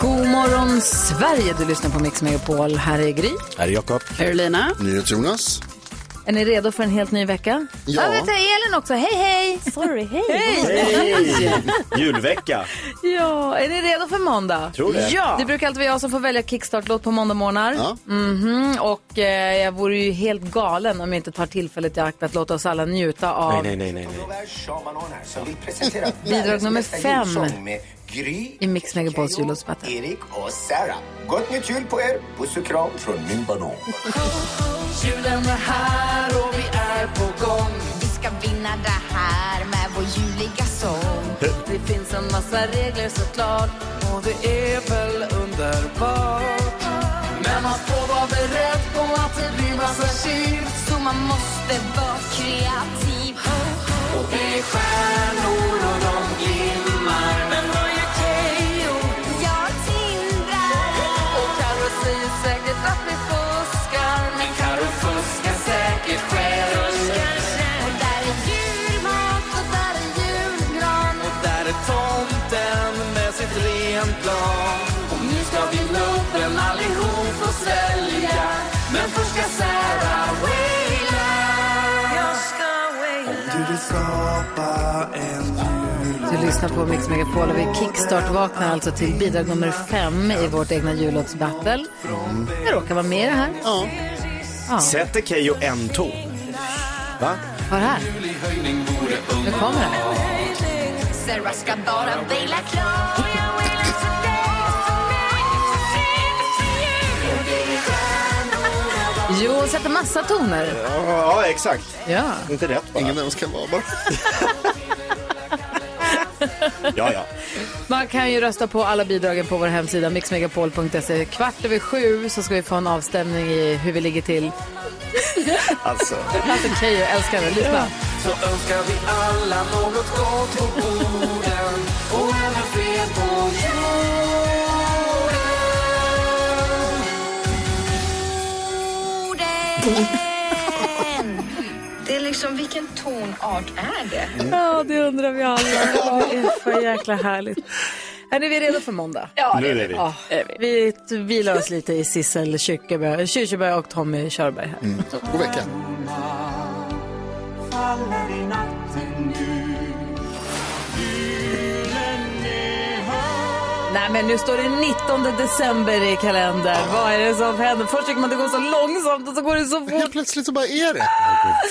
God morgon Sverige, du lyssnar på Mix Megapol. Här är Gry. Här är Jakob. Carolina. Jonas. Är ni redo för en helt ny vecka? Ja. Jag vet, jag är Elin också. Hej, hej! Sorry, hej. Julvecka. Ja, är ni redo för måndag? Tror det. Ja. Det brukar alltid vara jag som får välja kickstart-låt på måndagmorgnar. Ja. Mhm, Och eh, jag vore ju helt galen om jag inte tar tillfället i akt att låta oss alla njuta av Nej, nej, nej, nej. nej. som vill presentera Bidrag världens nummer bästa fem. julsång med Gry, i Mix Megapols jullåtsbattle. Erik och Sarah. Gott nytt jul på er! Puss och kram från min banan. Julen är här och vi är på gång. Vi ska vinna det här med vår juliga sång. Det finns en massa regler såklart. Och det är väl underbart Men man får vara beredd på att det blir massa kyl. Så man måste vara kreativ. Och det är stjärnor och de glimmar Men vad gör Keyyo? Jag tindrar. Och Carro säger säkert att vi fuskar. Men Carro fuskar säkert själv Och där är julmat och där är julgran. Och där är tomten med sitt renplan Och nu ska vi nubben allihop och svälja Men först ska Sarah waila Jag ska waila Du vill skapa en Du lyssnar på Mix Megapol och vi kickstart-vaknar alltså till bidrag nummer fem i vårt egna jullåtsbattle. Jag råkar vara med i det här. Ja. Sätter Keyyo en ton? Va? Hör här, nu kommer det. Sarah ska bara vila klart. Jag waited today, tonight, today, today. Och det är stjärnor. Jo, hon sätter massa toner. Ja, exakt. Ja. Inte rätt bara. Ingen av oss kan vara bara. Ja, ja. Man kan ju rösta på alla bidragen på vår hemsida mixmegapol.se. Kvart över sju så ska vi få en avstämning i hur vi ligger till. Alltså. Alltså Keyyo älskar det. Lyssna. Så önskar vi alla något gott på borden och även fred på jorden. orden. Det är liksom, vilken tonart är det? Ja, det undrar vi alla. Det är för jäkla härligt. Är ni vi är redo för måndag? nu är vi. Ja, vi vilar oss lite i Sissel Kyrkjebø- Kyrkjebø och Tommy Körberg här. Mm. God vecka. Nej men nu står det 19 december i kalendern. Vad är det som händer? Först tycker man det går så långsamt och så går det så Helt fort. plötsligt så bara är det.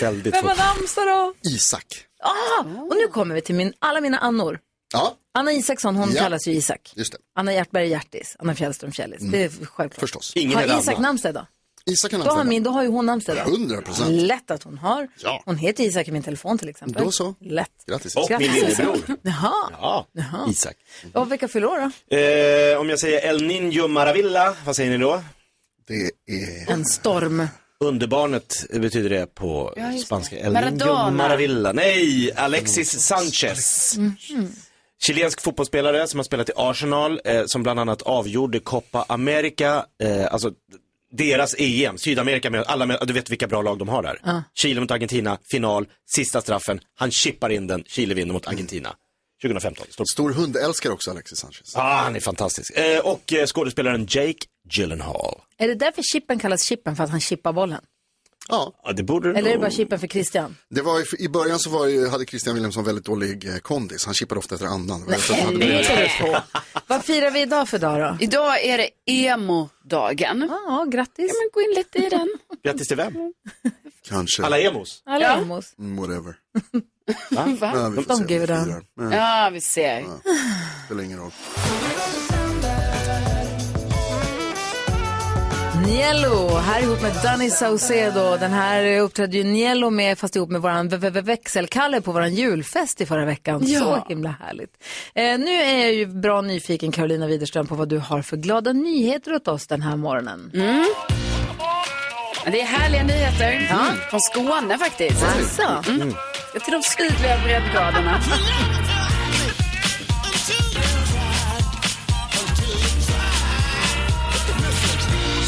Väldigt Vem fort. har namnsdag då? Isak. Ah, och nu kommer vi till min, alla mina annor. Ja, Anna Isaksson, hon Ja. kallas ju Isak. just det. Anna Hjertberg är Hjertis, Anna Fjällström Fjällis. Det är självklart. Förstås. Ingen är har Isak annan. namnsdag då? Isak kan Då har, anställa. min, då har ju hon namnsdag då. 100%. Lätt att hon har. Ja. Hon heter Isak i min telefon till exempel. Då så. Lätt. Grattis. Och min lillebror. Jaha. Ja, Isak. Och vilka fyller år då? Eh, om jag säger El Niño Maravilla, vad säger ni då? Det är... En storm. Underbarnet betyder det på spanska. El Niño Maradona. Maravilla. Nej, Alexis Sanchez. Mm-hmm. Chilensk fotbollsspelare som har spelat i Arsenal, eh, som bland annat avgjorde Copa America, eh, alltså deras EM, Sydamerika, med alla, med, du vet vilka bra lag de har där. Chile mot Argentina, final, sista straffen, han chippar in den, Chile vinner mot Argentina. 2015, stort. Stor hundälskare också, Alexis Sanchez. Ah, han är fantastisk. Eh, och eh, skådespelaren Jake Gyllenhaal. Är det därför Chippen kallas Chippen? För att han chippar bollen? Ja, Ja, det borde Eller är det nog- bara Chippen för Christian? det var ju, I början så var ju, hade Christian Wilhelmsson väldigt dålig eh, kondis. Han chippade ofta efter andan. Det var därför han hade- Det är det på. Vad firar vi idag för dag då? Idag är det emo-dagen. Ja, grattis. Men gå in lite i den. Grattis till vem? Kanske. Alla emos? Alla Ja. emos. Mm, Whatever. Va? Ja, vi får De se om vi give it up. firar. Men det Ja, vi ser. spelar ingen roll. Niello, här ihop med Danny Saucedo. Den här uppträdde ju Niello med, fast ihop med våran v- v- växelkalle på våran julfest i förra veckan. Ja. Så himla härligt. Eh, nu är jag ju bra nyfiken, Carolina Widerström, på vad du har för glada nyheter åt oss den här morgonen. Mm. Det är härliga nyheter från Skåne faktiskt. Alltså. Mm. Jag Till de sydliga breddgraderna.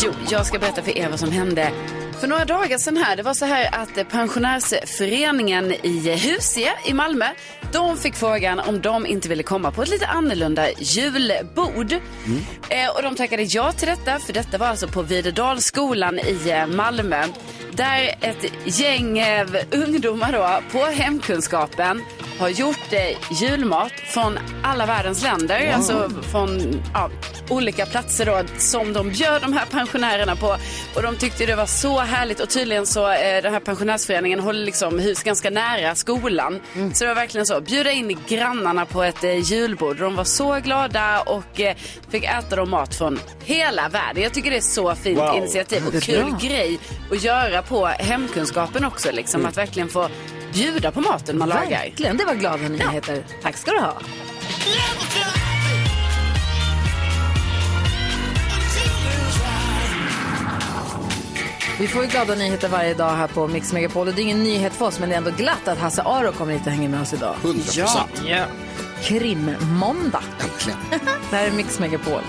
Jo, jag ska berätta för er vad som hände för några dagar sedan här. Det var så här att eh, pensionärsföreningen i Husie i Malmö, de fick frågan om de inte ville komma på ett lite annorlunda julbord. Eh, och de tackade ja till detta, för detta var alltså på Videdalsskolan i eh, Malmö. Där ett gäng eh, ungdomar då, på hemkunskapen har gjort eh, julmat från alla världens länder. Wow. Alltså från ja, olika platser då, som de bjöd de här pensionärerna på. Och de tyckte det var så härligt och tydligen så eh, den här pensionärsföreningen håller liksom hus ganska nära skolan. Mm. Så det var verkligen så, bjuda in grannarna på ett eh, julbord. De var så glada och eh, fick äta då mat från hela världen. Jag tycker det är så fint Wow. initiativ Det är och kul bra. grej att göra på hemkunskapen också. Liksom, Mm. Att verkligen få bjuda på maten man lagar. Verkligen, det var glada nyheter. Tack ska du ha. Vi får ju glada nyheter varje dag här på Mix Megapol och det är ingen nyhet för oss men det är ändå glatt att Hasse Aro kommer hit och hänger med oss idag. 100%. Ja. Krimmåndag. det här är Mix Megapol.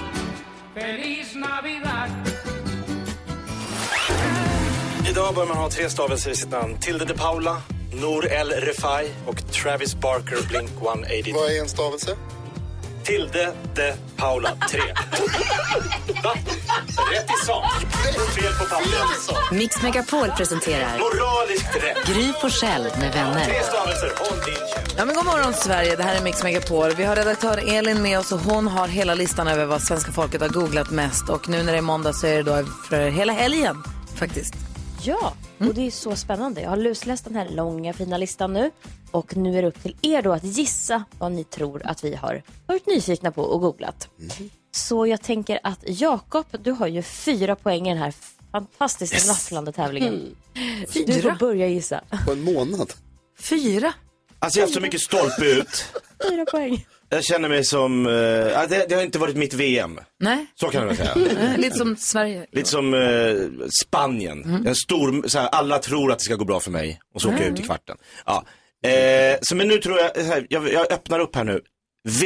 Idag bör man ha tre stavelser i sitt namn. Tilde de Paula, Nour El Refai och Travis Barker Blink 182. Vad är en stavelse? Tilde de Paula 3. Va? Rätt i sak. Fel på pappret. Mix Megapol presenterar Moraliskt rätt. Gry Forssell med vänner. Tre stavelser. Håll din käft. Ja, men god morgon Sverige, det här är Mix Megapol. Vi har redaktör Elin med oss och hon har hela listan över vad svenska folket har googlat mest. Och nu när det är måndag så är det då för hela helgen faktiskt. Ja, Mm. och det är så spännande. Jag har lusläst den här långa fina listan nu. Och nu är det upp till er då att gissa vad ni tror att vi har varit nyfikna på och googlat. Mm. Så jag tänker att Jakob, du har ju fyra poäng i den här fantastiskt rafflande tävlingen. Mm. Du Fyra? får börja gissa. På en månad? Fyra? Alltså jag har haft så mycket stolpe ut. Fyra poäng. Jag känner mig som, eh, ja, det, det har inte varit mitt VM. Nej. Så kan man väl säga. Eh, Lite som Sverige. Lite som eh, Spanien. En stor, så här, alla tror att det ska gå bra för mig och så åker jag ut i kvarten. Ja. Eh, så men nu tror jag, så här, jag, jag öppnar upp här nu.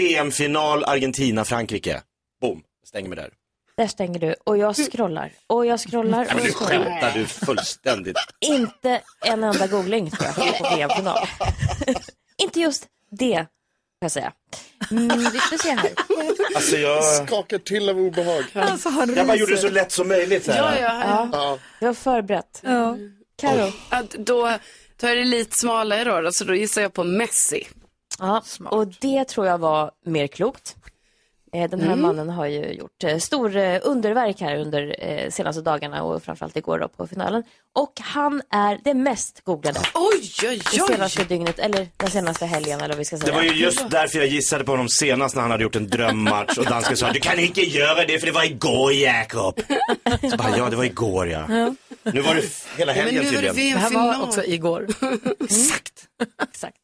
VM-final Argentina-Frankrike. Boom, stänger mig där. Där stänger du och jag scrollar. Och jag scrollar. Nej, men och nu jag scrollar. skämtar du fullständigt. Inte en enda googling tror jag på VM-final. Inte just det, kan jag säga. Mm, vi får se här. Alltså jag, Skakar till av obehag. Alltså, han jag bara ryser. gjorde det så lätt som möjligt. Så här. Ja, ja. Det var förberett. Mm. Ja. Karo. då, då är det lite smalare då, då, så då gissar jag på Messi. Ja, och det tror jag var mer klokt. Eh, Den här Mm. mannen har ju gjort eh, stor eh, underverk här under eh, senaste dagarna och framförallt igår då på finalen. Och han är det mest googlade. Oj, oj, Det senaste dygnet, eller den senaste helgen eller vad vi ska säga. Det var ju just därför jag gissade på honom senast när han hade gjort en drömmatch och dansken sa du kan inte göra det för det var igår Jakob. Så bara, ja det var igår ja. Nu var det f- hela helgen Det tydligen. här var också igår. Exakt. Mm. Exakt.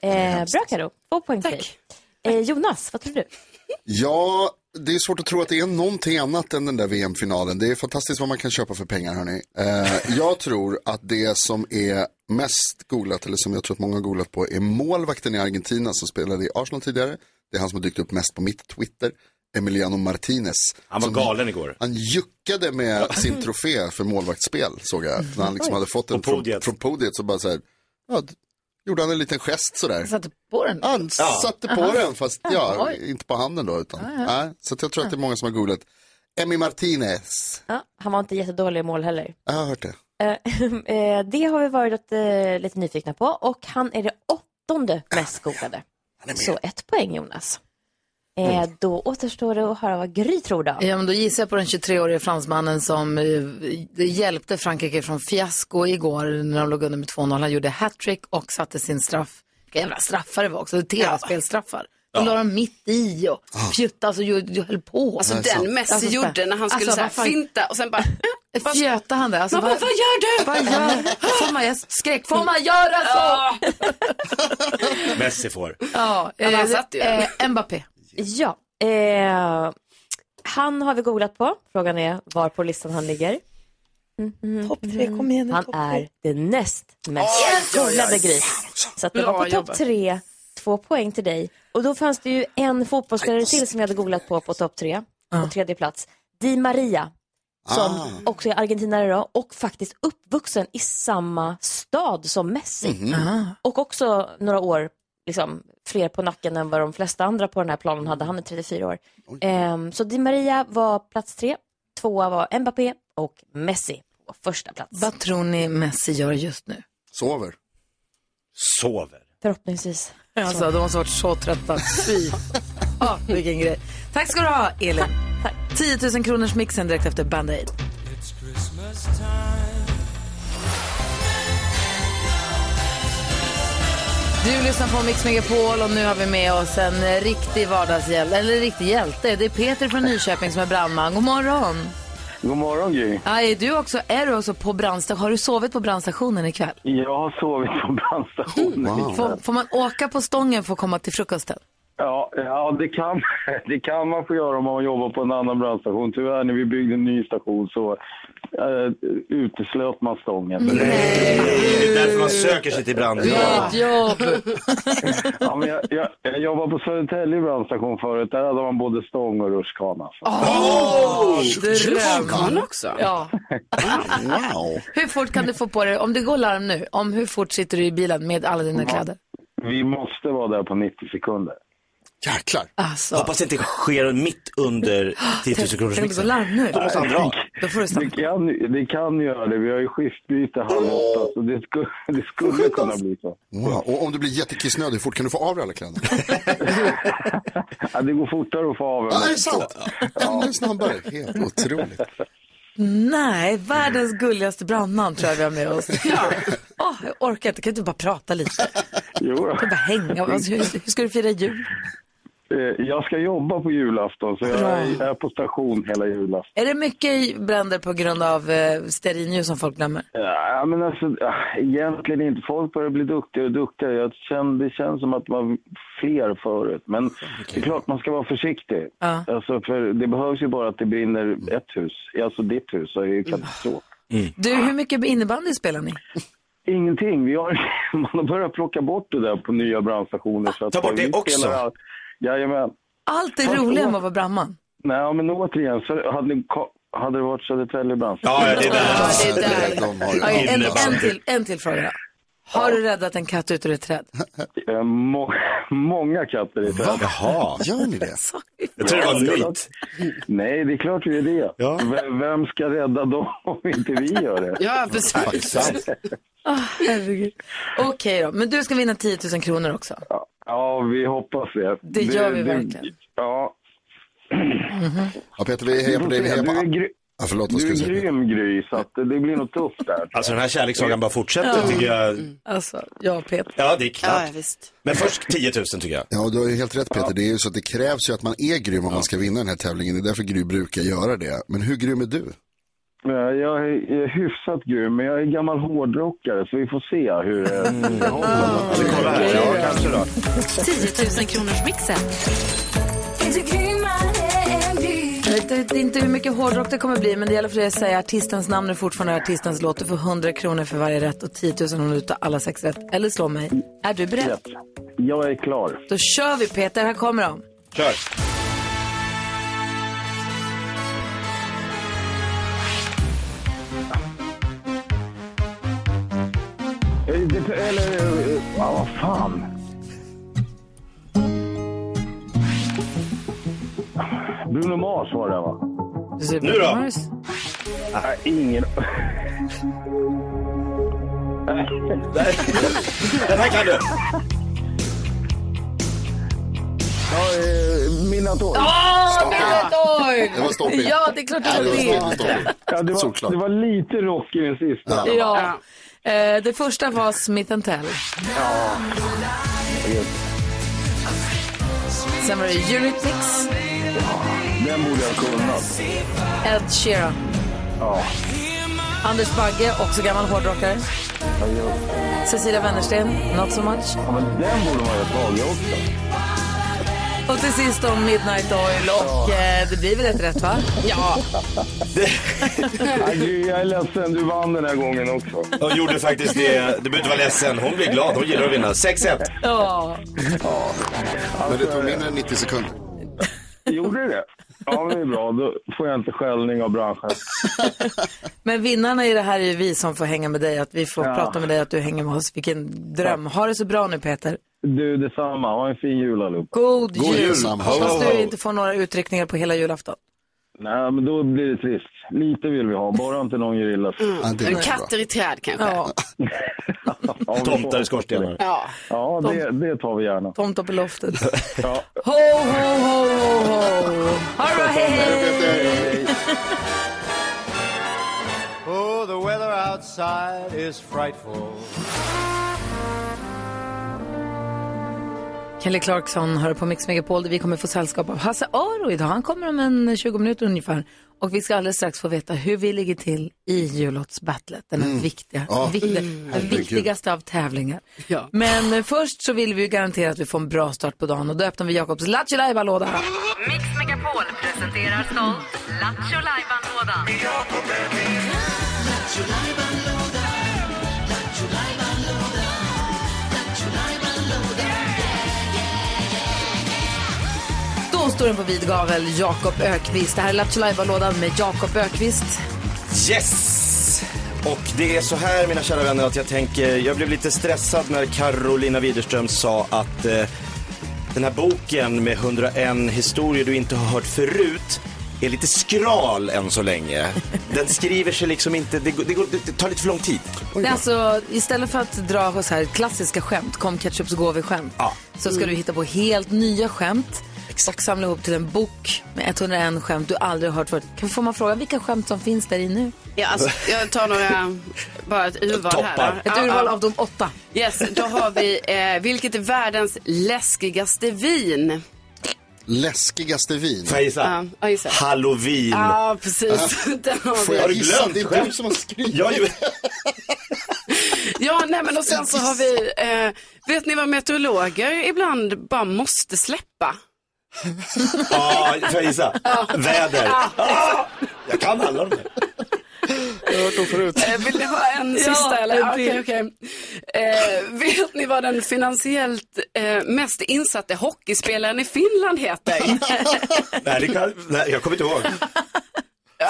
Eh, bra Karo, två poäng till dig. Eh, Jonas, vad tror du? Ja, det är svårt att tro att det är någonting annat än den där VM-finalen. Det är fantastiskt vad man kan köpa för pengar, hörni. Eh, jag tror att det som är mest googlat, eller som jag tror att många har googlat på, är målvakten i Argentina som spelade i Arsenal tidigare. Det är han som har dykt upp mest på mitt Twitter, Emiliano Martinez. Han var som galen igår. Han juckade med sin trofé för målvaktsspel, såg jag. När han liksom Oj. hade fått den från, från podiet, så bara så här, ja, d- gjorde han en liten gest sådär. Satte på den. Han satte på Aha. den, fast ja, Oj. inte på handen då. Utan, Ja, ja. Nej, så att jag tror att det är många som har googlat. Emmy Martinez, Ja, han var inte jättedålig i mål heller. jag har hört det. Eh, eh, det har vi varit eh, lite nyfikna på och han är det åttonde mest googlade. Så ett poäng Jonas. Eh, Mm. Då återstår det att höra vad Gry tror då. Ja, men då gissar jag på den 23-årige fransmannen som eh, hjälpte Frankrike från fiasko igår när de låg under med 2-0. Han gjorde hattrick och satte sin straff. Vilka jävla straffar det var också. TV-spelstraffar. Då la de mitt i och fjuttade alltså, och höll på. Alltså den Messi Alltså, gjorde när han skulle alltså, så här, vad fan- finta och sen bara, Fjöta han det? Alltså, Mamma, vad gör du? Vad gör Får man, jag skräck, får man göra så? Messi får. Ja, Ja, men han eh, satt ju. eh, Mbappé. Ja, eh, han har vi googlat på. Frågan är var på listan han ligger. Topp tre, kom igen nu, Han topp tre. är det näst mest Yes! googlade Yes! gris. Så att det Bra var på topp jobbat. tre, två poäng till dig. Och då fanns det ju en fotbollsspelare till som jag hade googlat på på topp tre, på tredje plats. Di Maria, som Ah. också är argentinare idag och faktiskt uppvuxen i samma stad som Messi. Mhm. Ah. Och också några år liksom, fler på nacken än vad de flesta andra på den här planen hade. Han är 34 år. Ehm, så Di Maria var plats tre, tvåa var Mbappé och Messi på första plats. Vad tror ni Messi gör just nu? Sover. Sover. Förhoppningsvis. Alltså, de måste varit så trötta. Fy ah, vilken grej. Tack ska du ha, Elin. 10 000 kronors mixen direkt efter Band Aid. Du lyssnar på Mix Megapol och nu har vi med oss en riktig vardagshjälte, eller riktig hjälte. Det är Peter från Nyköping som är brandman. God morgon! God morgon Gry. Ja, är du också, är du också på brandstationen? Har du sovit på brandstationen ikväll? Jag har sovit på brandstationen. Får, får man åka på stången för att komma till frukosten? Ja, ja det, kan, det kan man få göra om man jobbar på en annan brandstation. Tyvärr när vi byggde en ny station så eh, uteslöt man stången. Det är därför man söker sig till brand. jobb! ja, men jag, jag, jag jobbade på Södertälje brandstation förut. Där hade man både stång och rutschkana. så. Åh, Rutschkanan också? Ja. Wow. Hur fort kan du få på dig, om det går larm nu, om hur fort sitter du i bilen med alla dina kläder? Vi måste vara där på 90 sekunder. Jäklar. Alltså. Hoppas det inte sker mitt under 10 000 kronors Då måste han dra. det, kan, det kan göra det. Vi har ju skiftbyte halv åtta, så det skulle, det skulle kunna bli så. Wow. Och om du blir jättekissnödig, hur fort kan du få av dig alla kläder? Ja, det går fortare att få av Ja, det är sant. Ännu snabbare. Helt otroligt. Nej, världens gulligaste brandman tror jag vi har med oss. Ja. Åh, jag orkar inte, kan du inte bara prata lite? Jo, då. Jag kan bara hänga, alltså, hur, hur ska du fira jul? Eh, Jag ska jobba på julafton, så jag Bra. är på station hela julafton. Är det mycket bränder på grund av eh, stearinljus som folk glömmer? Ja, men alltså, ja, egentligen inte. Folk börjar bli duktigare och duktigare. Jag känner, det känns som att man var fler förut. Men det är klart man ska vara försiktig. Ja. Alltså, för det behövs ju bara att det brinner ett hus. Alltså ditt hus, så är Mm. det ju katastrof. Du, hur mycket innebandy spelar ni? Ingenting. Vi har, man har börjat plocka bort det där på nya brandstationer. Så att Ta bort det vi spelar också? all- Jajamän. Allt är roligare än att vara brandman. Nej, men återigen, så hade, ni, ko- hade det varit Södertälje brandstation? Ja, det är där. Ja, det är där. De Okej, en, en, till, en till fråga då. Har du räddat en katt ut ur ett träd? Eh, Må, många katter i träd. Jaha. Gör ni det? Jag tror det var en myt. Nej, det är klart vi är det. V- Vem ska rädda dem om inte vi gör det? Ja, precis. Åh, Ah, herregud. Okej då, men du ska vinna 10 000 kronor också. Ja, vi hoppas det. Det gör vi verkligen. Ja. Mhm. Ja, Peter, vi hejar på dig. Vi hejar på... Du är, gry- Ja, förlåt, vad du skulle är du säga? grym, Gry, så att det blir nog tufft där. Alltså den här kärlekssagan bara fortsätter Ja. tycker jag. Alltså, ja Peter. Ja, det är klart. Ja, visst. Men först 10 000 tycker jag. Ja, du har ju helt rätt Peter. Det är ju så att det krävs ju att man är grym om man ska vinna den här tävlingen. Det är därför Gry brukar göra det. Men hur grym är du? Eh, Jag är är hyfsat grym, men jag är gammal hårdrockare, så vi får se hur det Mm. det håller. Ja, kanske då. 10 000 kronors mixen. Jag vet inte- inte hur mycket hårdrock det kommer bli, men det gäller för dig att säga artistens namn och fortfarande artistens låt. Du får 100 kronor för varje rätt och 10 000 om du tar alla sex rätt. Eller slå mig. Är du beredd? Jag är klar. Då kör vi Peter, här kommer de. Kör. Eh, det- Eller, eh, ja, vad fan. Bruno Mars var det, va? Nu då? Mars? Nej, ingen... Den här kan du. Ja, eh, Minotaur. Åh, Minotaur! Det var stoppigt. Ja, det är klart Ja, du det var var stoppigt. det. Ja, det, var, det var lite rock i den sista. Ja. Eh, Det första var Smith Tell. Ja. Sen var det Eurythmics, Den borde jag ha kunnat. Ed Sheeran. Ja. Anders Bagge, också gammal hårdrockare. Cecilia Wennersten, Not So Much. Ja, men den borde man ju välja också. Och till sist då Midnight Oil och eh, det blir väl ett rätt va? Ja. Nej, du, jag är ledsen, du vann den här gången också. Hon gjorde faktiskt det. Du behöver inte vara ledsen. Hon blir glad. Hon gillar att vinna. 6-1. Ja. Men det tog mindre än 90 sekunder. Gjorde det? Ja, men det är bra. Då får jag inte skällning av branschen. Men vinnarna i det här är ju vi som får hänga med dig, att vi får Ja. prata med dig, att du hänger med oss. Vilken dröm. Ha det så bra nu Peter. Du, detsamma. Ha en fin jul allihop. God, Hoppas du inte får några utryckningar på hela julafton. Nej, men då blir det trist. Lite vill vi ha, bara inte någon gör illa sig. Mm. Katter i träd kanske? Ja. Ja, vi får- Tomtar i skorstenar. Ja, ja det, det tar vi gärna. Tomtar på loftet. Ja. Ho, ho, ho, ho, ho. Ha det bra, hej, hej. Oh, the weather outside is frightful. Kelly Clarkson hör på Mix Megapol där vi kommer få sällskap av Hasse Aro idag. Han kommer om en 20 minuter ungefär. Och vi ska alldeles strax få veta hur vi ligger till i jullåtsbattlet. Den här Mm. viktiga, Ja. viktiga, Mm. den Herregud. viktigaste av tävlingar. Ja. Men eh, först så vill vi ju garantera att vi får en bra start på dagen och då öppnar vi Jakobs Lattjo låda Mix Megapol presenterar stolt Lattjo Lajban-lådan. Då står den på vid gavel, Jakob Ökvist. Det här är Lattjo lådan med Jakob Ökvist. Yes! Och det är så här mina kära vänner att jag tänker, jag blev lite stressad när Carolina Widerström sa att eh, den här boken med 101 historier du inte har hört förut är lite skral än så länge. Den skriver sig liksom inte, det, går- det, går, det tar lite för lång tid. Det är alltså, istället för att dra så här klassiska skämt, kom ketchup så går vi skämt, så ska Mm. du hitta på helt nya skämt och samla ihop till en bok med 101 skämt du aldrig har hört förut. Kan- Får man fråga vilka skämt som finns där i nu? Ja, alltså, jag tar några, bara ett urval här. då. Ett Ja, urval ja. av de åtta. Yes, då har vi, eh, vilket är världens läskigaste vin? Läskigaste vin. Får jag gissa? Ja, ja, gissa. Halloween. Ja, precis. Den har vi. Får jag gissa? Det är du som har skrivit. Jag, Ja, nej men och sen så har vi, eh, vet ni vad meteorologer ibland bara måste släppa? Ja, får jag gissa? Väder. Ja. Ah, jag kan alla de här. Jag har hört dem förut. Eh, Vill ni ha en Ja, sista eller? en Ja, Okej, till. okej. Eh, vet ni vad den finansiellt eh, mest insatte hockeyspelaren i Finland heter? Nej, det kan, nej, jag kommer inte ihåg.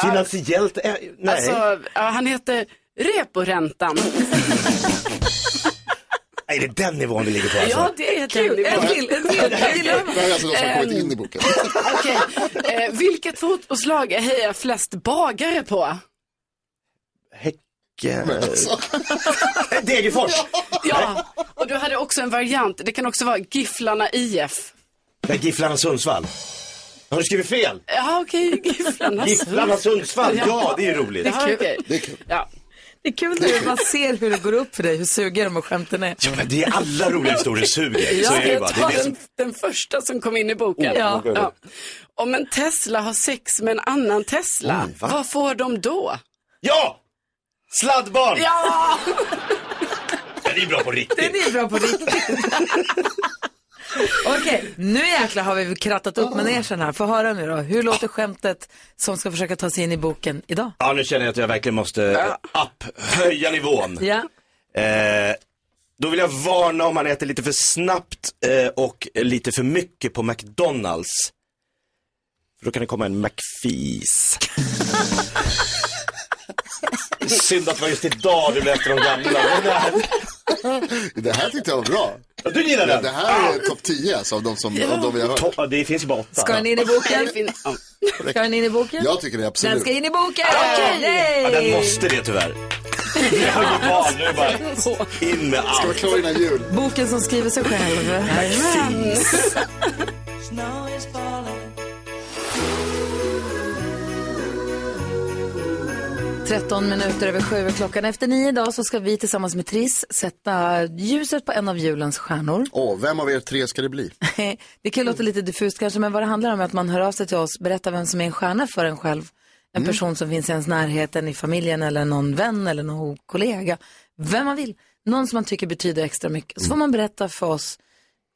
Finansiellt, eh, nej. Alltså, ja, han heter Reporäntan. Är det den nivån vi ligger på alltså? Ja, det är Kul. den En till, en till. Jag gillar dem. Det här är alltså de som har kommit in i boken. Okej, eh, vilket fotbollslag hejar flest bagare på? Degerfors. Ja, och du hade också en variant. Det kan också vara Gifflarna IF. Nej, Gifflarna Sundsvall. Har du skrivit fel? Ja, okej, Gifflarna. Gifflarna Sundsvall, ja det är roligt. Det är kul. Det är kul. Ja. Det är kul när man ser hur det går upp för dig, hur sugen de och skämten är. Ja, men det är alla roliga historier suger. Ja, Så är det ju jag bara. Det tar är det den, som... den första som kom in i boken. Oh, ja. vad kul. Ja. Om en Tesla har sex med en annan Tesla, Oj, va? vad får de då? Ja! Sladdbarn! Ja! Den är bra på riktigt. Den är bra på riktigt. Okej, nu jäklar har vi krattat upp manegen här. Få höra nu då, hur låter skämtet som ska försöka ta sig in i boken idag? Ja, nu känner jag att jag verkligen måste eh, upp, höja nivån. Ja. Eh, då vill jag varna om man äter lite för snabbt eh, och lite för mycket på McDonalds. För då kan det komma en McFees. Synd att det var just idag du blev efter de gamla. Det här tyckte jag var bra. Du gillar den? Det här är topp 10 alltså, av de som av de vi har hört. Topp, det finns ju bara åtta. Ska den in i boken? Ska den in i boken? Jag tycker det absolut. Den ska in i boken! Okej. Yay! Ja, den måste det tyvärr. Jag har inget val, nu är det bara in med allt. Ska vara klar innan jul. Boken som skriver sig själv. Jajamän. falling. 13 minuter över sju är klockan. Efter nio idag så ska vi tillsammans med Triss sätta ljuset på en av julens stjärnor. Åh, vem av er tre ska det bli? Det kan ju låta lite diffust kanske, men vad det handlar om är att man hör av sig till oss, berättar vem som är en stjärna för en själv en person som finns i ens närhet, en i familjen eller någon vän eller någon kollega. Vem man vill. Någon som man tycker betyder extra mycket. Så får man berätta för oss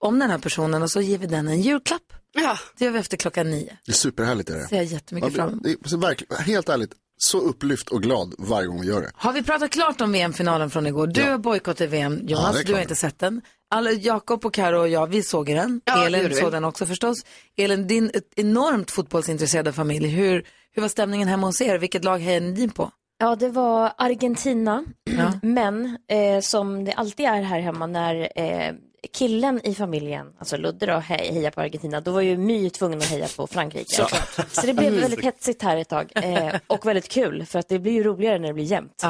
om den här personen och så ger vi den en julklapp. Ja. Det gör vi efter klockan nio. Det är superhärligt. Är det. Ser jag Ja, jättemycket det- fram emot. det är- så verkligen, Helt ärligt, så upplyft och glad varje gång vi gör det. Har vi pratat klart om VM-finalen från igår? Du har bojkottat VM, Ja, Jonas, det är du har klart. inte sett den. Alla, Jakob och Karo och jag, vi såg ju den. Ja, det gjorde Elin vi. såg den också förstås. Elin, din ett enormt fotbollsintresserade familj, hur, hur var stämningen hemma hos er? Vilket lag hejade ni på? Ja, det var Argentina. Men eh, som det alltid är här hemma när eh, killen i familjen, alltså Ludde då, hej, hejar på Argentina, då var ju My tvungen att heja på Frankrike. Så. Så, det blev Mm. väldigt hetsigt här ett tag. Eh, och väldigt kul, för att det blir ju roligare när det blir jämnt.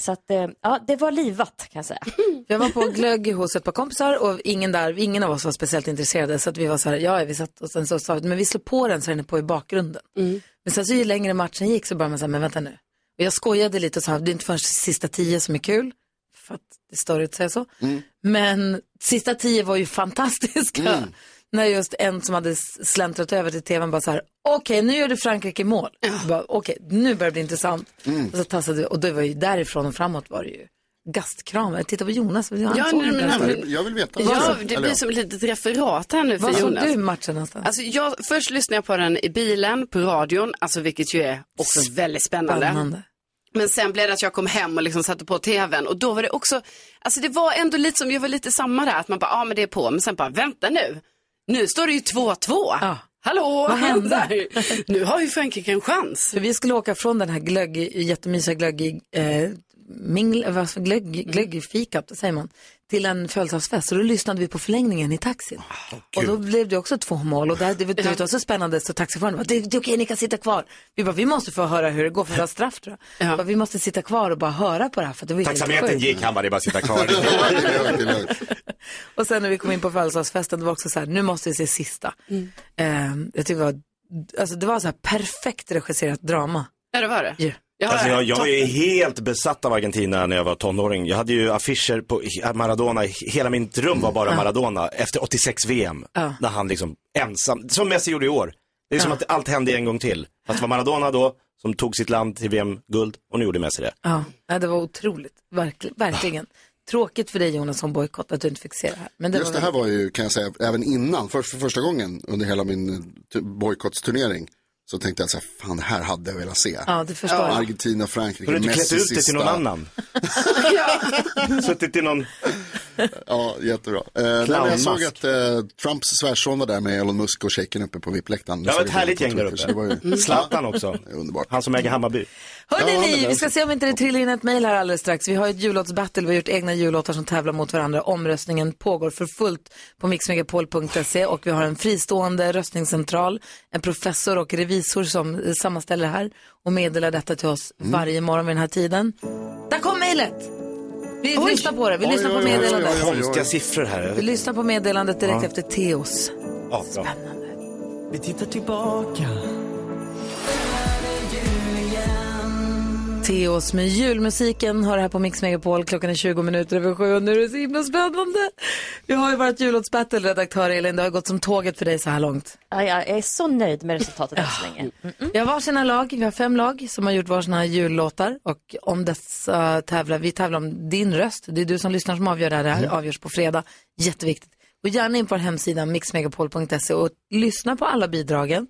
Så att, eh, ja, det var livat kan jag säga. Jag var på glögg hos ett par kompisar och ingen där, ingen av oss var speciellt intresserade så att vi var så här, ja vi satt och sen så sa vi, men vi slår på den så den är på i bakgrunden. Men sen så ju längre matchen gick så började man säga, men vänta nu. Och jag skojade lite och sa, det är inte förrän sista tio som är kul, för att det står ut att säga så. Men sista tio var ju fantastiska. Mm. När just en som hade s- släntrat över till tvn bara så här, okej nu gör du Frankrike mål. Bara, Okej, nu börjar det bli intressant. Mm. Och så tassade vi, och det var ju därifrån och framåt var det ju gastkramar. Titta på Jonas, han Ja, såg nej, inte men ens han- det. Jag vill veta. Ja, Eller det blir som ett litet referat här nu för Vad såg Jonas. du matchen någonstans? Alltså jag, först lyssnade jag på den i bilen, på radion, alltså vilket ju är också väldigt spännande. Spännande. Men sen blev det att jag kom hem och liksom satte på tvn och då var det också, alltså det var ändå lite som, jag var lite samma där, att man bara, ja ah, men det är på, men sen bara, vänta nu, nu står det ju 2-2. Hallå, Vad händer? nu har ju Frankrike en chans. För vi skulle åka från den här glögg, jättemysiga glögg, eh, mingl, vad sa- glögg, Mm. glöggfika, det säger man, till en födelsedagsfest. Så då lyssnade vi på förlängningen i taxin. Ah, och då blev det också två mål och där, det, var- det var så spännande så taxichauffören bara, det, det är okej, ni kan sitta kvar. Vi bara, vi måste få höra hur det går för det var straff tror jag. Bara, vi måste sitta kvar och bara höra på det här för det var ju helt Tacksamheten sjukt. gick, han bara, det är bara att sitta kvar. Och sen när vi kom in på födelsedagsfesten, det var också så här, nu måste vi se sista. Mm. Eh, jag tyckte det var, alltså det var så här perfekt regisserat drama. Ja, det var det. Ja. Alltså jag, jag var ju helt besatt av Argentina när jag var tonåring. Jag hade ju affischer på Maradona, hela mitt rum var bara Ja. Maradona efter 86 VM. Ja. När han liksom ensam, som Messi gjorde i år. Det är som att allt hände en gång till. Fast det var Maradona då som tog sitt land till VM-guld och nu gjorde Messi det. Ja, nej, det var otroligt. Verkl- verkligen. Tråkigt för dig Jonas som bojkott att du inte fick se det här. Men det Just var det här var ju, kan jag säga, även innan, för, för första gången under hela min eh, t- bojkottsturnering, så tänkte jag så här, fan det här hade jag velat se. Ja, det förstår jag. Argentina, Frankrike, Kunde du inte klätt Messi ut det till sista- någon annan? Suttit till någon... Ja, jättebra. Eh, nej, men jag Clownmask. såg att eh, Trumps svärson var där med Elon Musk och shaken uppe på VIP-läktaren. Det var såg ett härligt på gäng där Twitter, så det var ju- uppe. Zlatan också. Underbart. Han som äger Hammarby. Hörrni Ja, det ni, där vi ska se om inte det trillar in ett mejl här alldeles strax. Vi har ett jullåtsbattle, vi har gjort egna jullåtar som tävlar mot varandra. Omröstningen pågår för fullt på mixmegapol.se och vi har en fristående röstningscentral, en professor och revisor som eh, sammanställer det här och meddelar detta till oss Mm. varje morgon vid den här tiden. Där kom mejlet! Vi lyssnar på det, vi lyssnar på meddelandet. Konstiga siffror här. Vi lyssnar på meddelandet direkt Ja. efter Teos. Ja, bra. Vi tittar tillbaka. Teos med julmusiken hör här på Mix Megapol. Klockan är 20 minuter över sju och nu är det så himla spännande. Vi har ju varit jullåtsbattle, redaktör Elin. Det har gått som tåget för dig så här lågt. Ja, jag är så nöjd med resultatet än så länge. Vi har varsina lag, vi har fem lag som har gjort varsina jullåtar och om dessa tävlar, vi tävlar om din röst. Det är du som lyssnar som avgör det här, det här avgörs på fredag. Jätteviktigt. Och gärna in på vår hemsida mixmegapol.se och lyssna på alla bidragen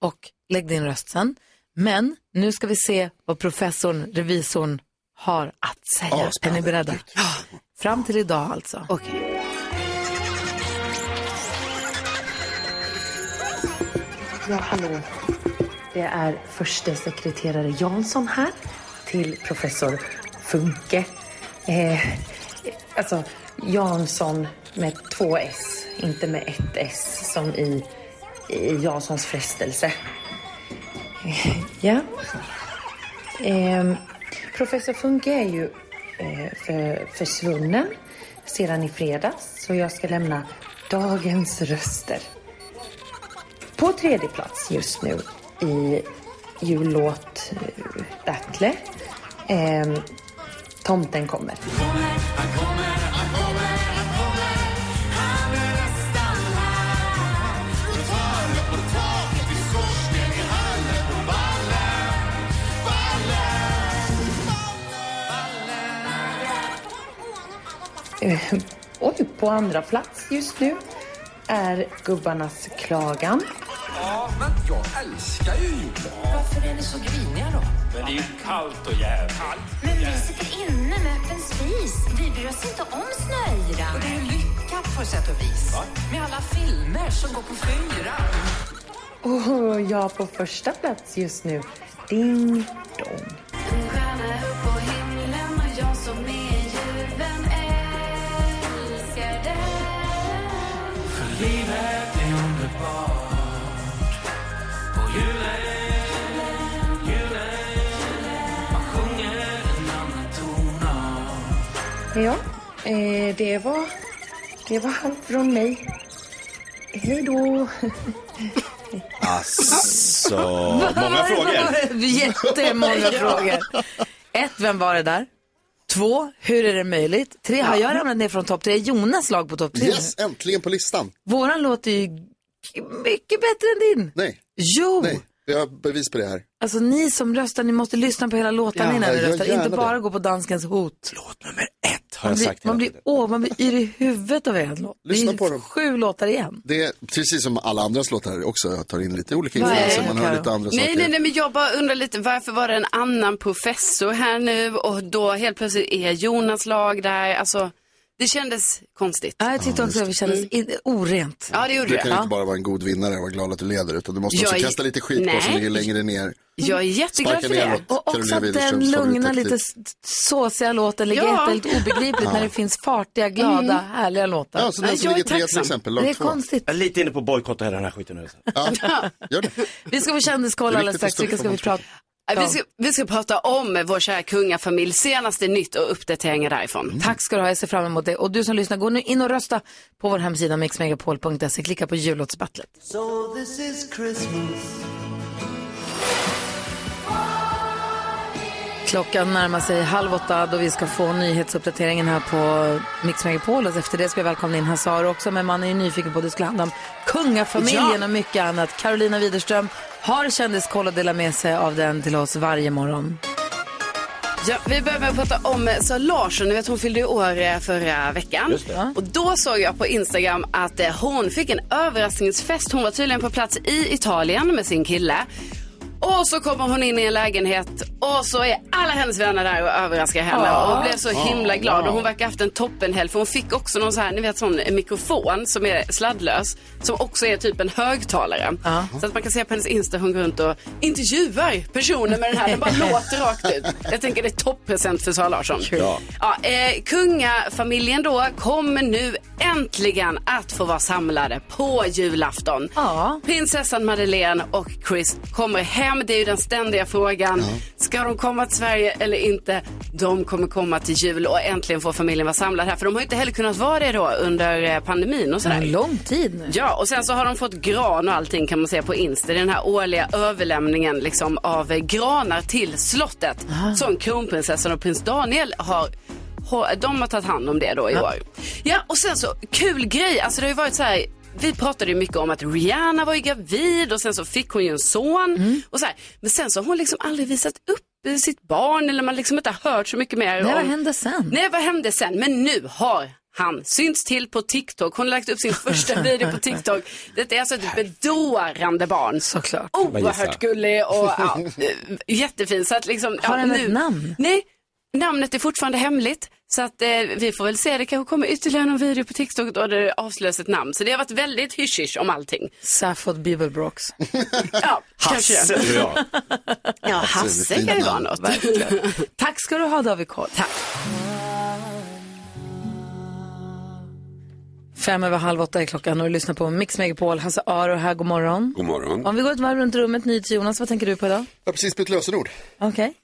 och lägg din röst sen. Men nu ska vi se vad professorn, revisorn har att säga. är ni beredda? Ja. Fram till idag alltså. Ja, hallå. Det är förste sekreterare Jansson här till professor Funke. Eh, alltså, Jansson med två S, inte med ett S som i, i Janssons frestelse. Eh, ja. Ehm, professor Funke är ju eh, för, försvunnen sedan i fredags så jag ska lämna dagens röster. På tredje plats just nu i jullåt eh, Battle. ehm, Tomten kommer. eh, oj, på andra plats just nu är gubbarnas klagan. Ja, men jag älskar ju julen. Varför är ni så griniga då? Men det är ju kallt och jävligt. Men vi sitter inne med öppen spis. Vi bryr oss inte om snöyran. Och det är lyckat på sätt och vis. Med alla filmer som går på fyra. Och jag på första plats just nu, Ding Dong. En stjärna upp på himlen och jag som är djurvän älskar dig. För livet är underbart. Och julen, julen, man sjunger en annan tonart. Ja, eh, det var, det var allt från mig. Hej då! Alltså, Vad många var det- vad frågor. var det? Jättemånga Ja. frågor. Ett, vem var det där? Två, hur är det möjligt? Tre, har jag ramlat ner från topp tre? Är Jonas lag på topp tre? Yes, äntligen på listan. Våran låter ju g- mycket bättre än din. Nej. Jo. Nej, jag har bevis på det här. Alltså ni som röstar, ni måste lyssna på hela låtarna Ja. innan ni Jag gör röstar. gärna Inte det. bara gå på danskens hot. Har Man jag blir, sagt man det? blir, åh, man blir yr i huvudet av er låt. Lyssna det på är dem. sju låtar igen. Det är precis som alla andras låtar också, jag tar in lite olika Vad är det, influenser, man hör Karo? lite andra Nej, saker. nej, nej, men jag bara undrar lite varför var det en annan professor här nu och då helt plötsligt är Jonas lag där. Alltså, det kändes konstigt. Ja, jag tyckte också att det kändes in, orent. Ja, det gjorde Du det. kan ju Ja. inte bara vara en god vinnare och vara glad att du leder, utan du måste också Jag är- kasta lite skit på Nej. som ligger längre ner. Jag är jätteglad Sparka för det. neråt, Och också eh, Carolina att den Widerströms lugna, favorittaktik. lite s- såsiga låten ligger Ja. ja. helt obegripligt när det finns fartiga, glada, Mm. härliga låtar. Ja, så den Nej, som jag är ligger trea till tacksam. exempel, Det lag är två. konstigt. Jag är lite inne på att bojkotta hela den här skiten nu. Vi ska få kändiskoll Det är alldeles viktigt att strax. Vilka ska stå vi upp för prata Eh, Vi ska, vi ska prata om vår kära kungafamilj, senaste nytt och uppdateringar därifrån. Tack ska du ha, jag ser fram emot det. Och du som lyssnar, gå nu in och rösta på vår hemsida mixmegapol.se. Klicka på jullåtsbattlet. So this is Christmas. Klockan närmar sig halv åtta då vi ska få nyhetsuppdateringen här på Mix Megapol. Och efter det ska vi välkomna in Hazar också, men man är ju nyfiken på att det skulle handla om kungafamiljen Ja. och mycket annat. Carolina Widerström har kändiskoll och delar med sig av den till oss varje morgon. Ja, vi börjar med att prata om eh, Sara Larsson. Ni vet, hon fyllde ju år eh, förra veckan. Just det. Och då såg jag på Instagram att eh, hon fick en överraskningsfest. Hon var tydligen på plats i Italien med sin kille. Och så kommer hon in i en lägenhet och så är alla hennes vänner där och överraskar henne. Ja. Och blev så himla Ja, glad. wow. Och hon verkar haft en toppenhelg. För hon fick också någon så här, ni vet sån mikrofon som är sladdlös. Som också är typ en högtalare. Så att man kan se på hennes Insta hon går runt och intervjuar personer med den här. Den bara låter rakt ut. Jag tänker det är toppresent för Sara Larsson. Kul. Ja. Ja, eh, kungafamiljen då kommer nu äntligen att få vara samlade på julafton. Prinsessan Madeleine och Chris kommer hem. Det är ju den ständiga frågan. Ska de komma till Sverige eller inte? De kommer komma till jul och äntligen får familjen vara samlad här. För de har ju inte heller kunnat vara det då under eh, pandemin och sådär. En lång tid nu. Ja, och sen så har de fått gran och allting kan man säga på Insta. Det är Den här årliga överlämningen liksom av eh, granar till slottet Ah. som kronprinsessan och prins Daniel har har- de har tagit hand om det då i Ja. år. Ja, och sen så kul grej. Alltså det har ju varit så här. Vi pratade ju mycket om att Rihanna var ju gravid och sen så fick hon ju en son. Mm. Och så här. Men sen så har hon liksom aldrig visat upp eh, sitt barn eller man liksom inte har hört så mycket mer Nej, vad om hände sen? Nej, vad hände sen? Men nu har han synts till på TikTok. Hon har lagt upp sin första video på TikTok. Det är alltså ett bedårande barn. Oh, Såklart. Oerhört gullig och ja, eh, jättefin. Så att liksom, Har ja, den nu- ett namn? Nej, namnet är fortfarande hemligt. Så att eh, vi får väl se. Det kanske kommer ytterligare någon video på TikTok då det avslöjas ett namn. Så det har varit väldigt hysch om allting. Safford Bibelbrox. ja, kanske. tror jag. Ja, Alltså, Hasse kan ju vara något. Verkligen. Tack ska du ha David Karl. Tack. Fem över halv åtta är klockan och du lyssnar på Mix Megapol. Hasse Aro här, god morgon. God morgon. Om vi går ett varv runt rummet, ny till Jonas, vad tänker du på idag? Jag har precis bytt lösenord. Okej.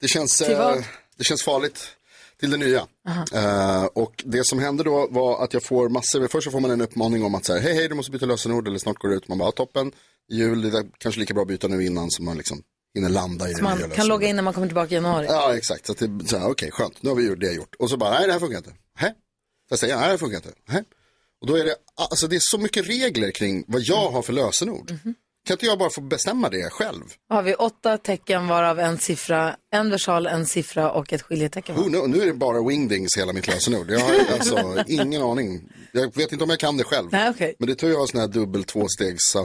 Det känns, Till vad? eh, det känns farligt till det nya. Aha. Eh, och det som hände då var att jag får massor, men först så får man en uppmaning om att så här, hej hej du måste byta lösenord eller snart går det ut. Man bara, "Ja, toppen, jul, det är kanske lika bra att byta nu innan så man liksom hinner landa i det Så nya man kan lösenordet. logga in när man kommer tillbaka i januari. Ja, exakt. Så att det, så här, okej, skönt. Nu har vi gjort det jag gjort. Och så bara, nej, det här funkar inte. Hä? Jag säger, nej, det här Mhm. funkar inte. Hä? Och då är det, alltså det är så mycket regler kring vad jag har för lösenord. Kan inte jag bara få bestämma det själv? Har vi åtta tecken varav en siffra, en versal, en siffra och ett skiljetecken? va? Oh, no, nu är det bara wingdings hela mitt lösenord. Jag har alltså ingen aning. Jag vet inte om jag kan det själv. Nej, okej. Men det tror jag har sån här dubbel tvåstegs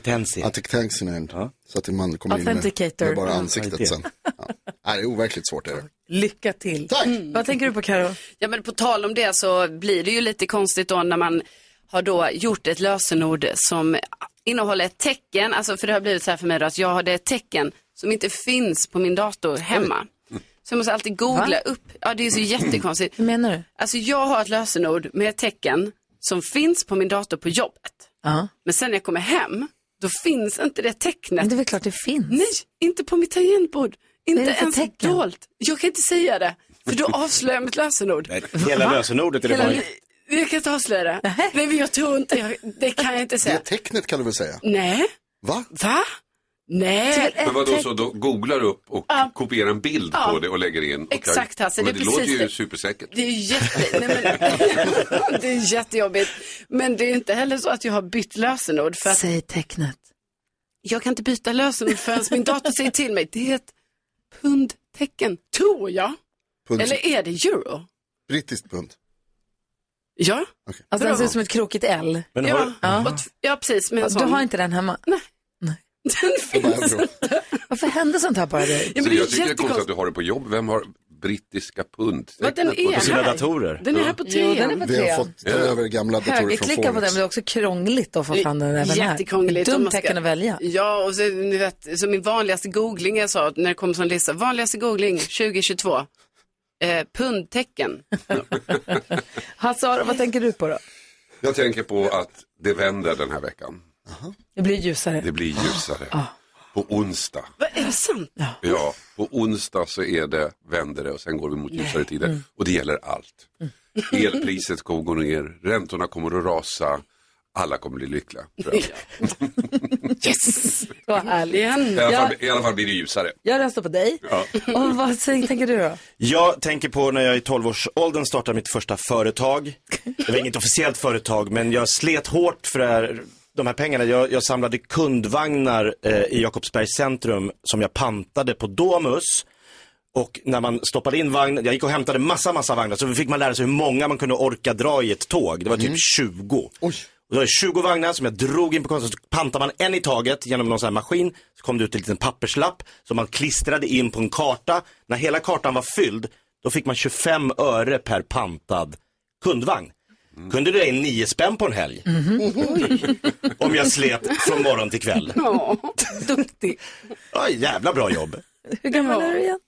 Attention. Så att man kommer in med, Authenticator. med bara Ja. ansiktet sen. Ja. Nej, det är overkligt svårt är det. Lycka till. Mm. Tack. Vad tänker du på Karo? Ja men på tal om det så blir det ju lite konstigt då när man har då gjort ett lösenord som innehåller ett tecken, alltså för det har blivit så här för mig då att jag har det ett tecken som inte finns på min dator hemma. Så jag måste alltid googla Va? upp, ja det är så jättekonstigt. Hur menar du? Alltså jag har ett lösenord med ett tecken som finns på min dator på jobbet. Ja. Men sen när jag kommer hem, då finns inte det tecknet. Men det är väl klart det finns. Nej, inte på mitt tangentbord. Inte det för ens tecken? dolt. Jag kan inte säga det, för då avslöjar jag mitt lösenord. Hela Va? lösenordet är det Hela- bara... Jag kan inte avslöja det. Nej, men jag tror inte, jag, det kan jag inte Det säga. tecknet kan du väl säga? Nej. Va? Va? Nej. Men vadå, så då googlar upp och Ja. kopierar en bild Ja. på det och lägger in? Och Exakt, Hasse, Men det det, är låter precis ju det. supersäkert. Det är ju jätte... Nej, men... det är jättejobbigt. Men det är inte heller så att jag har bytt lösenord. För att Säg tecknet. jag kan inte byta lösenord förrän min dator säger till mig. Det är ett pundtecken, tror jag. Pund- Eller är det euro? Brittiskt pund. Ja. Alltså den ser Bra. ut som ett krokigt L. Men ja. har- Ja. Och t- ja, precis. Med en Du sån. har inte den hemma? Nej. Den finns inte. Varför händer sånt här bara dig? så jag tycker det är konstigt att du har det på jobb. Vem har brittiska pund? Vad den är På här. Den är här på Jo, den är på Vi har trean. fått ta över gamla datorer från Högerklicka på den, men Forex. det är också krångligt att få fram den även här. Jättekrångligt. om Dumt man ska- tecken att välja. Ja, och så, ni vet, så min vanligaste googling, jag sa när det kom som lista, vanligaste googling 2022, eh, pundtecken. Hasse Aro, vad tänker du på då? Jag tänker på att det vänder den här veckan. Det blir ljusare. Det blir ljusare. På onsdag. Vad är det sant? Ja, på onsdag så är det, vänder det och sen går vi mot ljusare tider. Mm. Och det gäller allt. Elpriset kommer gå ner, räntorna kommer att rasa, alla kommer bli lyckliga. tror jag. Yes! Vad härligt. I, alla fall, Jag, I alla fall blir det ljusare. jag röstar på dig. Ja. Och vad säger- tänker du då? Jag tänker på när jag i 12-årsåldern startade mitt första företag. Det var inget officiellt företag, men jag slet hårt för det här, de här pengarna. Jag, jag samlade kundvagnar eh, i Jakobsbergs centrum som jag pantade på Domus. Och när man stoppade in vagn, jag gick och hämtade massa, massa vagnar, så fick man lära sig hur många man kunde orka dra i ett tåg. Det var typ 20. Och då var det 20 vagnar som jag drog in på konstnären, så pantade man en i taget genom någon sån här maskin. Så kom det ut en liten papperslapp som man klistrade in på en karta. När hela kartan var fylld, då fick man 25 öre per pantad kundvagn. Kunde du dra in 9 spänn på en helg? Mm-hmm. Om jag slet från morgon till kväll. Ja, duktig. Ja, jävla bra jobb. Hur gammal är du igen?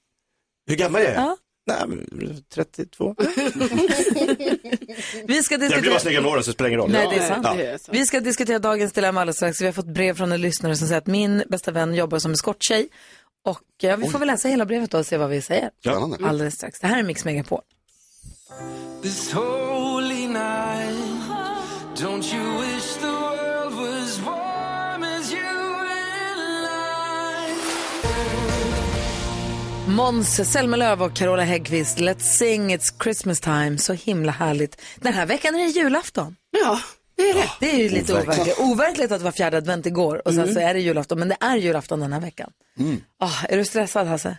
Hur gammal är jag? Ja. Nej, men 32. Vi ska Jag blir bara snyggare diskutera... med åren så det spelar ingen roll. Nej, det är sant. Ja. Vi ska diskutera dagens dilemma alldeles strax. Vi har fått brev från en lyssnare som säger att min bästa vän jobbar som eskorttjej. Och ja, vi får väl läsa hela brevet då och se vad vi säger. Spännande. Alldeles strax. Det här är Mix Megapol. This holy night, don't you wish the world was warm as you Måns Zelmerlöw och Carola Häggkvist, Let's sing it's Christmas time. Så himla härligt. Den här veckan är det julafton. Ja, det är det. Det är ju lite Overkligt. overkligt. Overkligt att det var fjärde advent igår och sen Mm. så är det julafton. Men det är julafton den här veckan. Ah, är du stressad Hasse?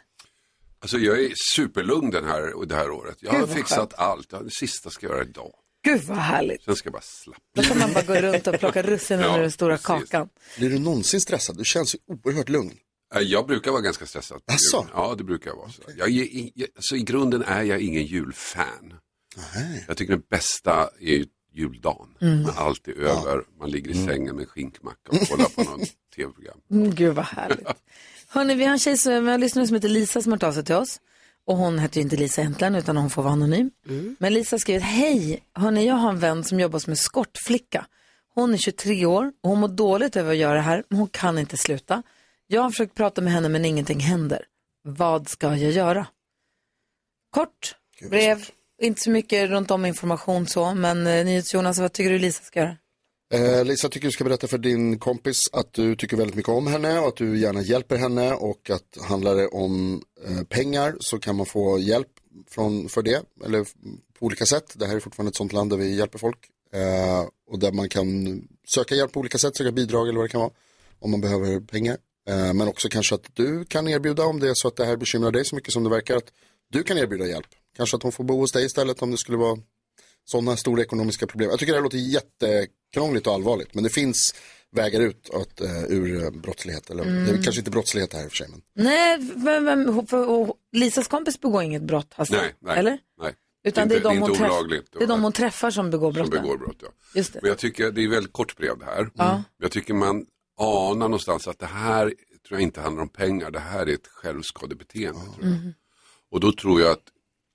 Alltså jag är superlugn den här, det här året. Jag har Gud, vad fixat allt. Det sista ska jag göra idag. Gud vad härligt. Sen ska jag bara slappa. Då kan man bara gå runt och plocka russinen Ja, ur den stora kakan. Blir du någonsin stressad? Du känns ju oerhört lugn. Nej, Äh, Jag brukar vara ganska stressad. på Asså? julen. Ja, det brukar jag vara. Så. Jag, är- i- jag, så I grunden är jag ingen julfan. Jag tycker det bästa är ju juldagen. Mm. När allt är över, man ligger i sängen med en skinkmacka och kollar på någon tv-program. Mm, Gud vad härligt. Hörni, vi har en tjej som, vi har en lyssnare som heter Lisa som har hört av sig till oss. Och hon heter ju inte Lisa egentligen utan hon får vara anonym. Men Lisa har skrivit, hej, hörni jag har en vän som jobbar som eskortflicka. Hon är 23 år och hon mår dåligt över att göra det här, men hon kan inte sluta. Jag har försökt prata med henne men ingenting händer. Vad ska jag göra? Kort brev, inte så mycket runt om information så, men eh, NyhetsJonas, vad tycker du Lisa ska göra? Eh, Lisa, tycker du ska berätta för din kompis att du tycker väldigt mycket om henne och att du gärna hjälper henne och att handlar det om eh, pengar så kan man få hjälp från, för det, eller f- på olika sätt. Det här är fortfarande ett sånt land där vi hjälper folk. Eh, och där man kan söka hjälp på olika sätt, söka bidrag eller vad det kan vara. Om man behöver pengar. Eh, men också kanske att du kan erbjuda, om det är så att det här bekymrar dig så mycket som det verkar, att du kan erbjuda hjälp. Kanske att hon får bo hos dig istället om det skulle vara sådana stora ekonomiska problem. Jag tycker det här låter jättekrångligt och allvarligt. Men det finns vägar ut att, eh, ur eh, brottslighet. Eller, Mm. Det är kanske inte brottslighet det här i och för sig. Men... Nej, men, men, ho- för, och Lisas kompis begår inget brott, Hasse. Nej, nej. Eller? Nej. Utan Inte- det, är de det är hon inte träff- olagligt det är de hon träffar som begår som brott. begår brott. Ja. Just det. Men jag tycker, det är väldigt kort brev det här. Ja. Men Jag tycker man anar någonstans att det här tror jag inte handlar om pengar, det här är ett självskadebeteende. Tror jag. Mhm. Och då tror jag att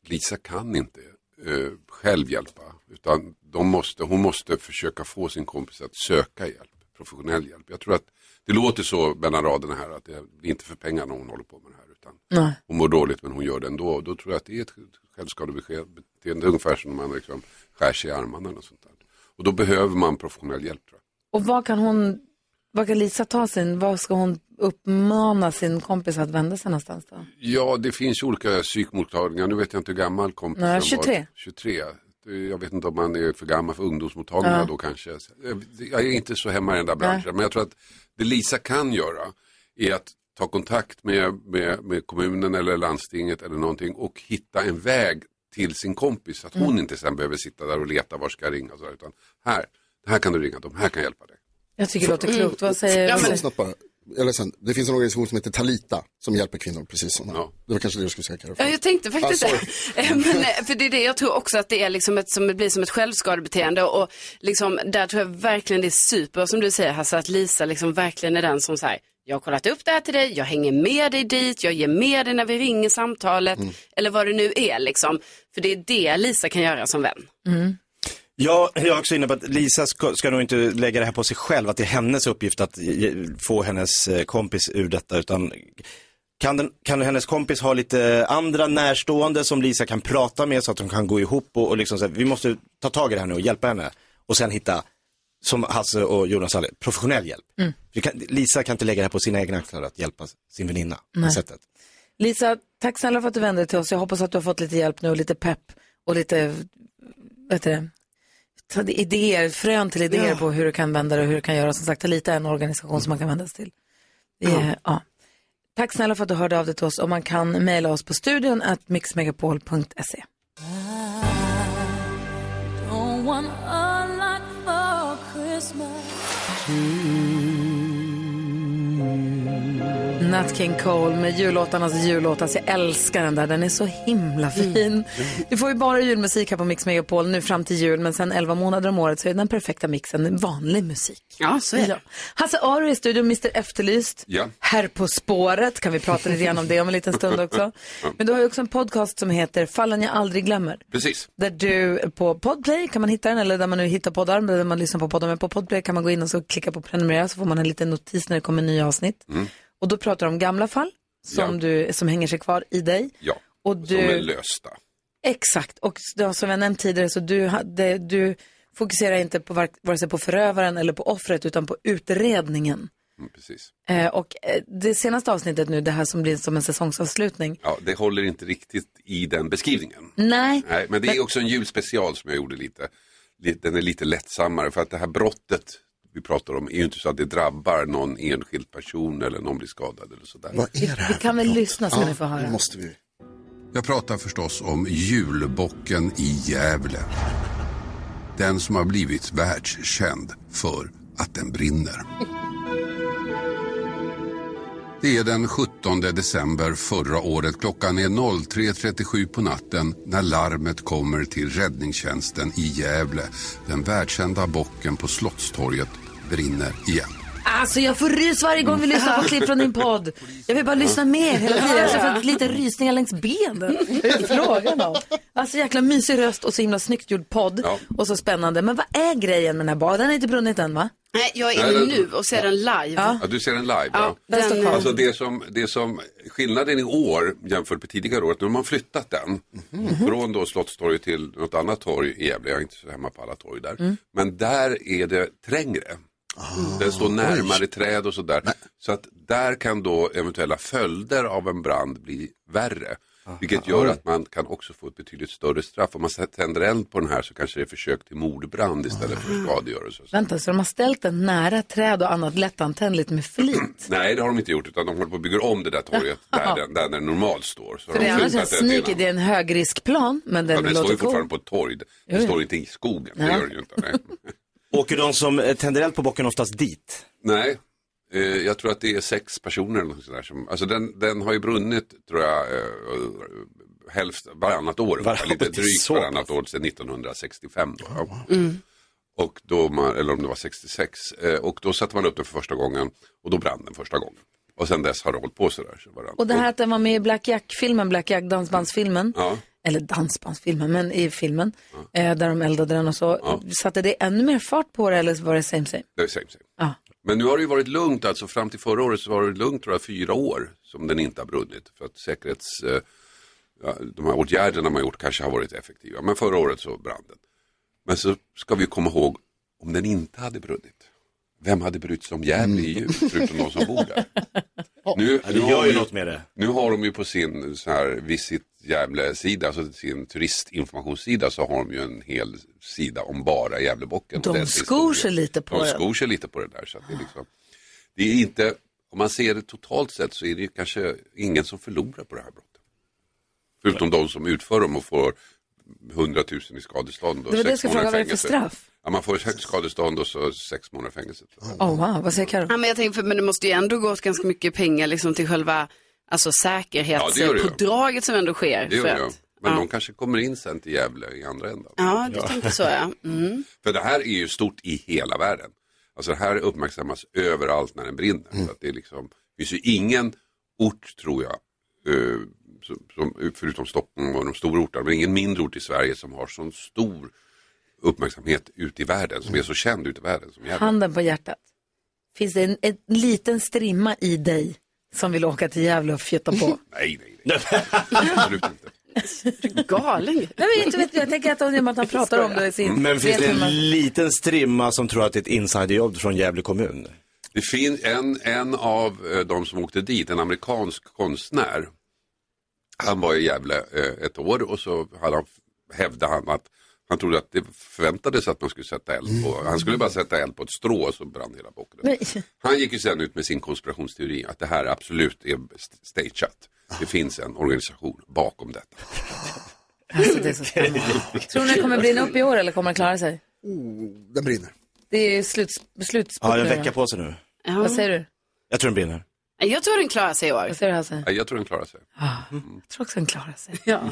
Lisa kan inte eh, själv hjälpa. Utan de måste, hon måste försöka få sin kompis att söka hjälp, professionell hjälp. Jag tror att det låter så mellan raderna här att det är inte för pengarna hon håller på med det här. Utan Nej. hon mår dåligt men hon gör det ändå. Och då tror jag att det är ett självskadebeteende. Ungefär som när man liksom skär sig i armarna och sånt där. Och då behöver man professionell hjälp. Tror Och vad kan hon, vad kan Lisa ta sin, vad ska hon uppmana sin kompis att vända sig någonstans då? jag. Ja, det finns ju olika psykmottagningar. Nu vet jag inte hur gammal kompisen Nej, var. 23. 23. Jag vet inte om man är för gammal för ungdomsmottagningar Ja. då kanske. Jag är inte så hemma i den där branschen. Nej. Men jag tror att det Lisa kan göra är att ta kontakt med, med, med kommunen eller landstinget eller någonting och hitta en väg till sin kompis. Så att hon Mm. inte sen behöver sitta där och leta var ska jag ringa. Och så, där, utan här, här kan du ringa, de här kan hjälpa dig. Jag tycker det låter Mm. klokt. Vad säger Ja, vad men... säger- Snabbt bara. Jag är ledsen. Det finns en organisation som heter Talita som hjälper kvinnor precis som ja. Det var kanske det du skulle säga Carro. Ja, jag tänkte faktiskt Ah, det. Eh, Men, eh, för det är det jag tror också att det är liksom ett, som det blir som ett självskadebeteende och liksom, där tror jag verkligen det är super som du säger Hasse, att Lisa liksom verkligen är den som så här, jag har kollat upp det här till dig, jag hänger med dig dit, jag ger med dig när vi ringer samtalet Mm. eller vad det nu är liksom. För det är det Lisa kan göra som vän. Mm. Ja, jag är också inne på att Lisa ska, ska nog inte lägga det här på sig själv, att det är hennes uppgift att ge- få hennes eh, kompis ur detta, utan kan, den, kan hennes kompis ha lite andra närstående som Lisa kan prata med så att de kan gå ihop och, och liksom så här, vi måste ta tag i det här nu och hjälpa henne. Och sen hitta, som Hasse och Jonas sa, professionell hjälp. Mm. Vi Kan, Lisa kan inte lägga det här på sina egna axlar att hjälpa sin väninna på det Nej. sättet. Lisa, tack snälla för att du vände dig till oss. Jag hoppas att du har fått lite hjälp nu och lite pepp och lite, vad heter det, ta- idéer, frön till idéer på hur du kan vända dig och hur du kan göra. Som sagt, Talita är en organisation som man kan vända sig till. Det är, ja. Tack snälla för att du hörde av dig till oss och man kan mejla oss på studion at mixmegapol.se. Don't want a lot for Christmas. Nat King Cole med jullåtarnas jullåt. Alltså jag älskar den där, den är så himla Mm. fin. Du får ju bara julmusik här på Mix Megapol nu fram till jul, men sen 11 månader om året så är den perfekta mixen vanlig musik. Ja, så är det. Hasse Aro är i studion, Mr Efterlyst. Ja. Här på spåret, kan vi prata lite grann om det om en liten stund också. Ja. Men du har ju också en podcast som heter Fallen jag aldrig glömmer. Precis. Där du på Podplay kan man hitta den eller där man nu hittar poddar, där man lyssnar på poddar. Men på Podplay kan man gå in och så klicka på prenumerera så får man en liten notis när det kommer nya avsnitt. Mm. Och då pratar du om gamla fall som, Ja. du, som hänger sig kvar i dig. Ja, Och som är du, lösta. exakt, och s- då, som jag nämnt tidigare så du, hade, du fokuserar inte på vark- vare sig på förövaren eller på offret utan på utredningen. Mm, precis. Eh, och eh, det senaste avsnittet nu, det här som blir som en säsongsavslutning. Ja, det håller inte riktigt i den beskrivningen. Nej, Nej, men det är också en julspecial som jag gjorde lite. Li- Den är lite lättsammare för att det här brottet vi pratar om är ju inte så att det drabbar någon enskild person eller någon blir skadad eller sådär. Vad är vi kan väl lyssna så ni får höra. måste vi. Jag pratar förstås om julbocken i Gävle. Den som har blivit världskänd för att den brinner. Det är den 17 december förra året. Klockan är 03.37 på natten när larmet kommer till räddningstjänsten i Gävle. Den världskända bocken på Slottstorget brinner igen. Alltså jag får rys varje gång vi lyssnar på klipp från din podd. Jag vill bara lyssna mer hela tiden. Alltså, jag får lite rysningar längs benen. Vad är det frågan om? Alltså jäkla mysig röst och så himla snyggt gjord podd. Och så spännande. Men vad är grejen med den här baden? Den har inte brunnit än va? Nej, jag är Nej, inne det- nu och ser den live. Ja, du ser den live? Ja, Ja, den står kvar. Alltså det som, det som, skillnaden i år jämfört med tidigare år, att nu har man flyttat den från då Slottstorget till något annat torg i Gävle, jag är inte så hemma på alla torg där. Mm. Men där är det trängre. Den står närmare träd och sådär. Så att där kan då eventuella följder av en brand bli värre. Vilket gör att man kan också få ett betydligt större straff. Om man tänder eld på den här så kanske det är försök till mordbrand istället för skadegörelse. Vänta, så de har ställt den nära träd och annat lättantändligt med flit? Nej, det har de inte gjort utan de håller på och bygger om det där torget där, den, där den normalt står. Så har För det de är annars en flyttat den sneaker, delen. det är en högriskplan, men den, Ja, den står låter ju cool. fortfarande på ett torg. Jo, Den jo. står inte i skogen. Det Nej. gör den ju inte. Nej. Åker de som eh, tänder eld på bocken oftast dit? Nej, eh, jag tror att det är sex personer eller något sånt där som, alltså den, den har ju brunnit tror jag eh, hälft, varannat år, ungefär, lite det är drygt så varannat år sedan 1965. Då, ja. Mm. Och då man, eller om det var 66, eh, och då satte man upp den för första gången och då brann den första gången. Och sen dess har det hållit på sådär. Så varannat Och det här år. att den var med i Black Jack-filmen, Black Jack dansbandsfilmen, Ja. eller dansbandsfilmen, men i filmen, eh, där de eldade den och så, Ja. satte det ännu mer fart på det eller så var det same same? Det är same, same. Ja. Men nu har det ju varit lugnt, alltså fram till förra året så var det lugnt tror jag fyra år som den inte har brunnit. För att säkerhets, eh, ja, de här åtgärderna man gjort kanske har varit effektiva. Men förra året så brann den. Men så ska vi komma ihåg, om den inte hade brunnit, vem hade brytt sig om Mm. Gävle i jul, förutom de som bor där? Nu, Ja, det har gör ju de något med det. Nu har de ju på sin så här Visit Gävle-sida, alltså sin turistinformationssida, så har de ju en hel sida om bara Gävlebocken. och De dess skor sig lite på de det. skor sig lite på det där. Så att det, är liksom, det är inte, om man ser det totalt sett så är det ju kanske ingen som förlorar på det här brottet. Förutom de som utför dem och får 100 000 i skadestånd. Och Det var det jag sex skulle fråga, månader vad är det för fängelse. straff? Ja, man får ett högt skadestånd och så sex månader fängelse. Oh, wow, vad säger Karo? Ja, men jag tänker, för, men det måste ju ändå gå åt ganska mycket pengar liksom, till själva alltså, Ja, det gör det ju. säkerhetspådraget som ändå sker. Det gör för jag. att- Men ja. de kanske kommer in sen till Gävle i andra änden. Ja, du tänkte så ja. Mm. För det här är ju stort i hela världen. Alltså det här uppmärksammas överallt när den brinner. Så att det är liksom, det finns ju ingen ort tror jag, eh, som, som, förutom Stockholm och de stora orterna, men ingen mindre ort i Sverige som har sån stor uppmärksamhet ute i världen, som är så känd ute i världen som Gävle. Handen på hjärtat. Finns det en, en liten strimma i dig som vill åka till Gävle och fjutta på? Nej, nej, nej. Absolut inte. Galen. Nej, men inte vet jag. Jag tänker att om att han pratar om det i sin... Men finns vet det hur man- en liten strimma som tror att det är ett insiderjobb från Gävle kommun? Det finns en, en av eh, de som åkte dit, en amerikansk konstnär. Han var i Gävle eh, ett år och så hade han, hävdade han att han trodde att det förväntades att man skulle sätta eld på, han skulle bara sätta eld på ett strå och så brann hela boken. Nej. Han gick ju sen ut med sin konspirationsteori att det här absolut är st- stageat. Det finns en organisation bakom detta. Alltså, det är så spännande. Tror ni det kommer brinna upp i år eller kommer den klara sig? Oh. Den brinner. Det är ju sluts, slutspurt Har nu den då. vecka på sig nu? Vad säger du? Jag tror den brinner. Jag tror den klarar sig i år. Vad säger du Hasse? Ja, Jag tror den klarar sig. Mm. Jag tror också den klarar sig. Ja.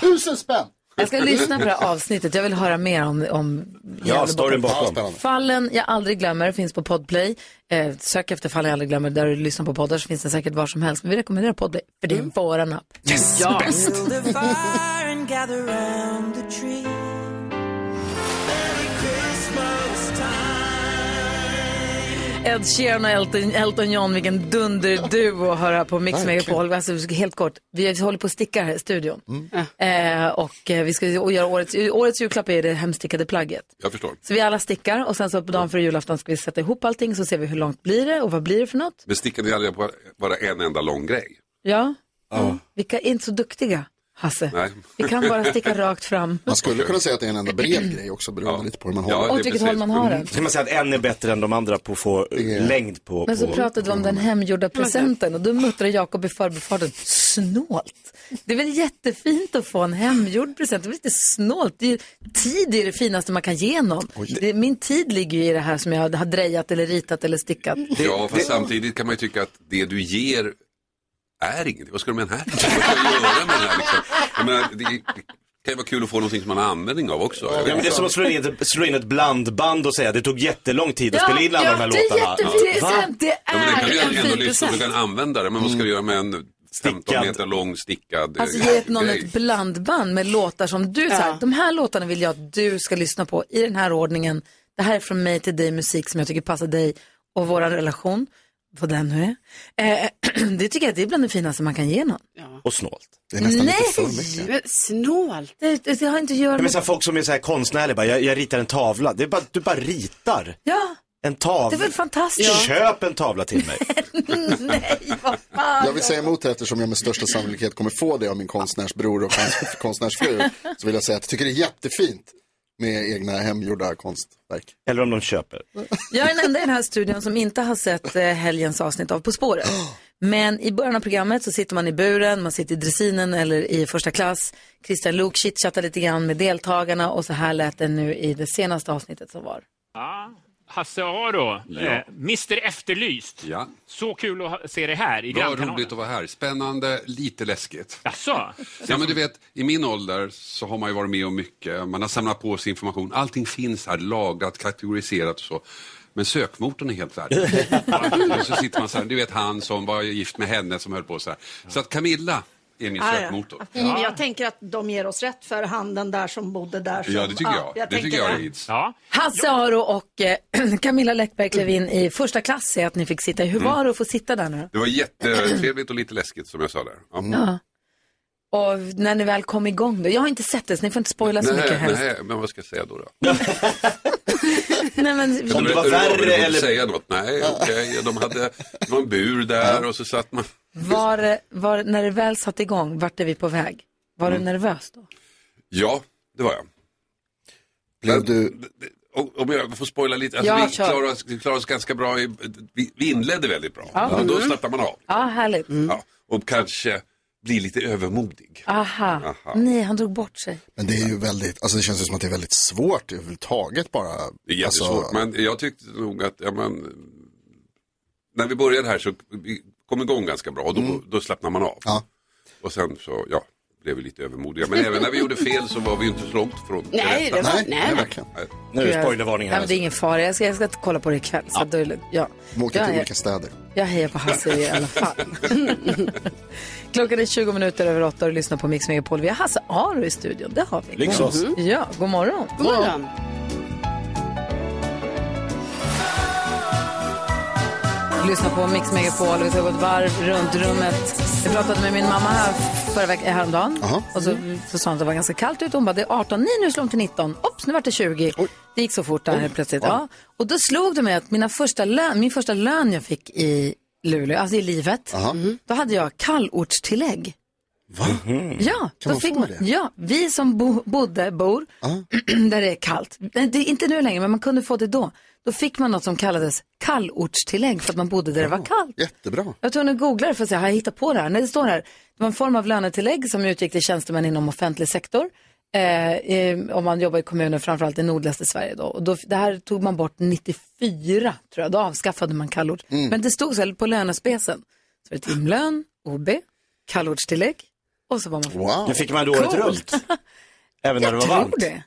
Tusen spänn! Jag ska lyssna på det här avsnittet. Jag vill höra mer om, om Gävlebocken. storyn bakom. Ja, spännande. Fallen jag aldrig glömmer finns på Podplay. Eh, sök efter Fallen jag aldrig glömmer. Där du lyssnar på poddar så finns den säkert var som helst. Men vi rekommenderar Podplay, för det är våran app. Mm. Yes, Ja. bäst! the fire and gather round the tree Merry Christmas time Ed Sheeran och Elton, Elton John, vilken dunderduo att höra på Mix Verkligen. Megapol. Alltså, helt kort, vi håller på att sticka här i studion. Eh, och eh, vi ska ju göra årets, årets julklapp är det hemstickade plagget. Jag förstår. Så vi alla stickar och sen så på dagen före julafton ska vi sätta ihop allting så ser vi hur långt blir det och vad blir det för något. Men stickade jag aldrig på bara en enda lång grej? Ja, vilka är inte så duktiga, Hasse. Nej. Vi kan bara sticka rakt fram. Man skulle kunna säga att det är en enda bred grej också beroende lite på hur man har Åt vilket håll man har den. Ska man säga att en är bättre än de andra på att få längd på... Men så på... pratade vi om den hemgjorda presenten och då muttrade Jakob i förbifarten, snålt. Det är väl jättefint att få en hemgjord present, det är väl lite snålt. Det är ju, tid är det finaste man kan ge någon. Det, min tid ligger ju i det här som jag har drejat eller ritat eller stickat. ja, fast samtidigt kan man ju tycka att det du ger är ingenting. Vad ska du med den här? Vad ska du göra med den här liksom? Jag menar, det, det kan ju vara kul att få någonting som man har användning av också. Jag vet Ja, men det är inte. som att slå in, ett, slå in ett blandband och säga det tog jättelång tid att spela in alla de här det är låtarna. jättefint Va? present, det Ja, men den kan är du ju en ändå fin lyssna på, du kan present. använda den. Men vad ska du göra med en 15 meter lång stickad eh, Alltså ge ett- någon grej? ett blandband med låtar som du säger, de här låtarna vill jag att du ska lyssna på i den här ordningen. Det här är från mig till dig musik som jag tycker passar dig och vår relation, vad den nu är. Eh, det tycker jag det är bland det finaste man kan ge någon. Och snålt. Det Nej! Men Snålt. Det, det, det har inte att göra Ja, men med... så här, folk som är så här konstnärliga, bara, jag, jag ritar en tavla. Det är bara, du bara ritar. Ja, En tavla. Det är väl fantastiskt? Köp en tavla till mig. nej, vad fan. Jag vill säga emot det eftersom jag med största sannolikhet kommer få det av min konstnärsbror och hans konstnärsfru. Så vill jag säga att jag tycker det är jättefint med egna hemgjorda konstverk. Eller om de köper. Jag är den enda i den här studion som inte har sett eh, helgens avsnitt av På spåret. Men i början av programmet så sitter man i buren, man sitter i dressinen eller i första klass. Christian Luuk chitchattar lite grann med deltagarna och så här lät det nu i det senaste avsnittet som var. Ja, Hasse Aro, Ja. eh, Mr Efterlyst. Ja. Så kul att ha- se dig här i Vad grannkanalen. roligt att vara här. Spännande, lite läskigt. Jaså? Ja, men du vet, i min ålder så har man ju varit med om mycket. Man har samlat på sig information. Allting finns här, lagrat, kategoriserat och så. Men sökmotorn är helt värdelös. Och så sitter man så här, du vet han som var gift med henne som höll på så här. Så att Camilla är min Ah, ja. sökmotor. Mm, Jag tänker att de ger oss rätt för han den där som bodde där. Som, Ja, det tycker jag. det tänker tycker jag det. är hits. Hasse Aro och eh, Camilla Läckberg klev in i första klass säger att ni fick sitta i. Mm. Hur var det att få sitta där nu? Det var jättetrevligt och lite läskigt som jag sa där. Ja. Ja. Och när ni väl kom igång då? Jag har inte sett det så ni får inte spoila så mycket helst. nej, men vad ska jag säga då? då? Nej, men... Ska Om du det var berätta värre du vill eller- säga något? Nej, okej. De hade, det var en bur där och så satt man... Var, det- var, när det väl satte igång, vart är vi på väg? Var Mm. du nervös då? Ja, det var jag. Blev du... Om jag får spoila lite, alltså, Ja, vi, kör. klarade oss, vi klarade oss ganska bra, i, vi, vi inledde väldigt bra, Ja. men då Mm. slappnar man av Ja, härligt. ja, och kanske blir lite övermodig. Aha. Aha. nej han drog bort sig. Men det är ju väldigt, alltså det känns ju som att det är väldigt svårt överhuvudtaget bara. Det är jättesvårt, Alltså, men jag tyckte nog att, ja, men, när vi började här så vi kom igång ganska bra och då, då slappnar man av. Och sen så, ja, blev vi lite övermodiga. Men även när vi gjorde fel så var vi ju inte så långt från det Nej, rätta. det var- Nej, nej, nej. verkligen. Nu är det spoilervarning alltså. Nej, men det är ingen fara, jag ska, jag ska kolla på det ikväll. Så då är det, ja. jag, hejar- städer. jag hejar på Hasse i alla fall. Klockan är 20 minuter över åtta och du lyssnar på Mix Megapol. Vi har Hasse Aro i studion, det har vi. Lyxos. Mhm. Ja, god morgon. God morgon. Lyssna på Mix Megapol och vi ska gå ett varv runt rummet. Jag pratade med min mamma här förra veckan, eh, häromdagen. Och så, så sa hon att det var ganska kallt ute. Hon bara, det är 18, nej nu slog det till 19. Ops, nu vart det 20. Det gick så fort där Oj. helt plötsligt. Oj. Ja. Och då slog det mig att mina första lön, min första lön jag fick i Luleå, alltså i livet, då hade jag kallortstillägg. Va? Mm. Ja, då fick man, ja, vi som bo, bodde, bor, där det är kallt, Nej, det är inte nu längre, men man kunde få det då. Då fick man något som kallades kallortstillägg för att man bodde där det var kallt. Jättebra. Jag tror nu googlar det för att se, har jag hittat på det här? Nej, det står här. Det var en form av lönetillägg som utgick till tjänstemän inom offentlig sektor. Eh, eh, om man jobbar i kommuner, framförallt i nordligaste Sverige då. Och då. Det här tog man bort 94, tror jag. Då avskaffade man kallort. Mm. Men det stod så här på lönespecen. Så var det timlön, OB, kallortstillägg och så var man... Wow. Nu fick man det året Coolt. runt. Även när det Jag var tror varmt. Hmm. det.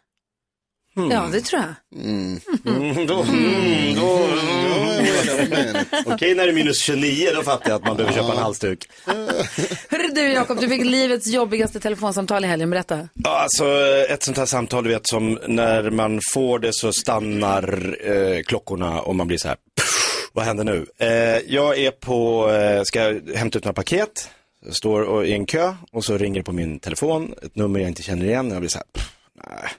Ja, det tror jag. Mm. Mm, då, mm, då, då. Okej, när det är minus 29 då fattar jag att man behöver köpa en halsduk. Hörru du Jakob, du fick livets jobbigaste telefonsamtal i helgen. Berätta. Ja, alltså eh, ett sånt här samtal du vet som när man får det så stannar eh, klockorna och man blir så här, "Pff, vad händer nu? Eh, jag är på, eh, ska hämta ut några paket, Jag står och, i en kö och så ringer det på min telefon, ett nummer jag inte känner igen och jag blir så här, "Pff, nej,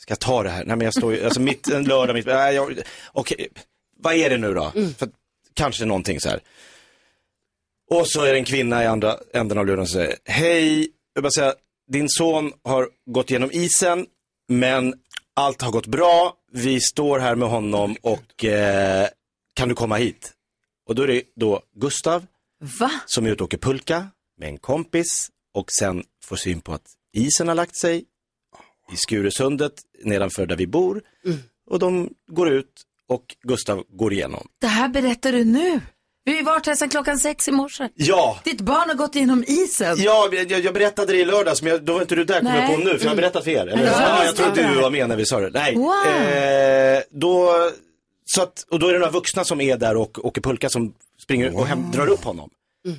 ska jag ta det här? Nej men jag står ju, alltså mitt, en lördag, mitt, nej, jag, okej, vad är det nu då? För, att- kanske någonting så här. Och så är det en kvinna i andra änden av luren som säger, hej, jag vill bara säga, din son har gått igenom isen, men allt har gått bra, vi står här med honom och eh, kan du komma hit? Och då är det då Gustav Va? som är ute och åker pulka med en kompis och sen får syn på att isen har lagt sig i Skuresundet nedanför där vi bor och de går ut och Gustav går igenom. Det här berättar du nu. Vi har ju varit här sedan klockan sex i morse. Ja, Ditt barn har gått igenom isen. Ja, jag, jag berättade det i lördags, men jag, då var inte du där kommer jag Alltså- Nej. på nu, för jag har Mm. berättat för er. Ja, Eller? Ja, jag tror du var med när vi sa det. Nej. Wow. Eh, då, så att, och då är det några vuxna som är där och åker pulka som springer och hem, drar upp honom. Mm.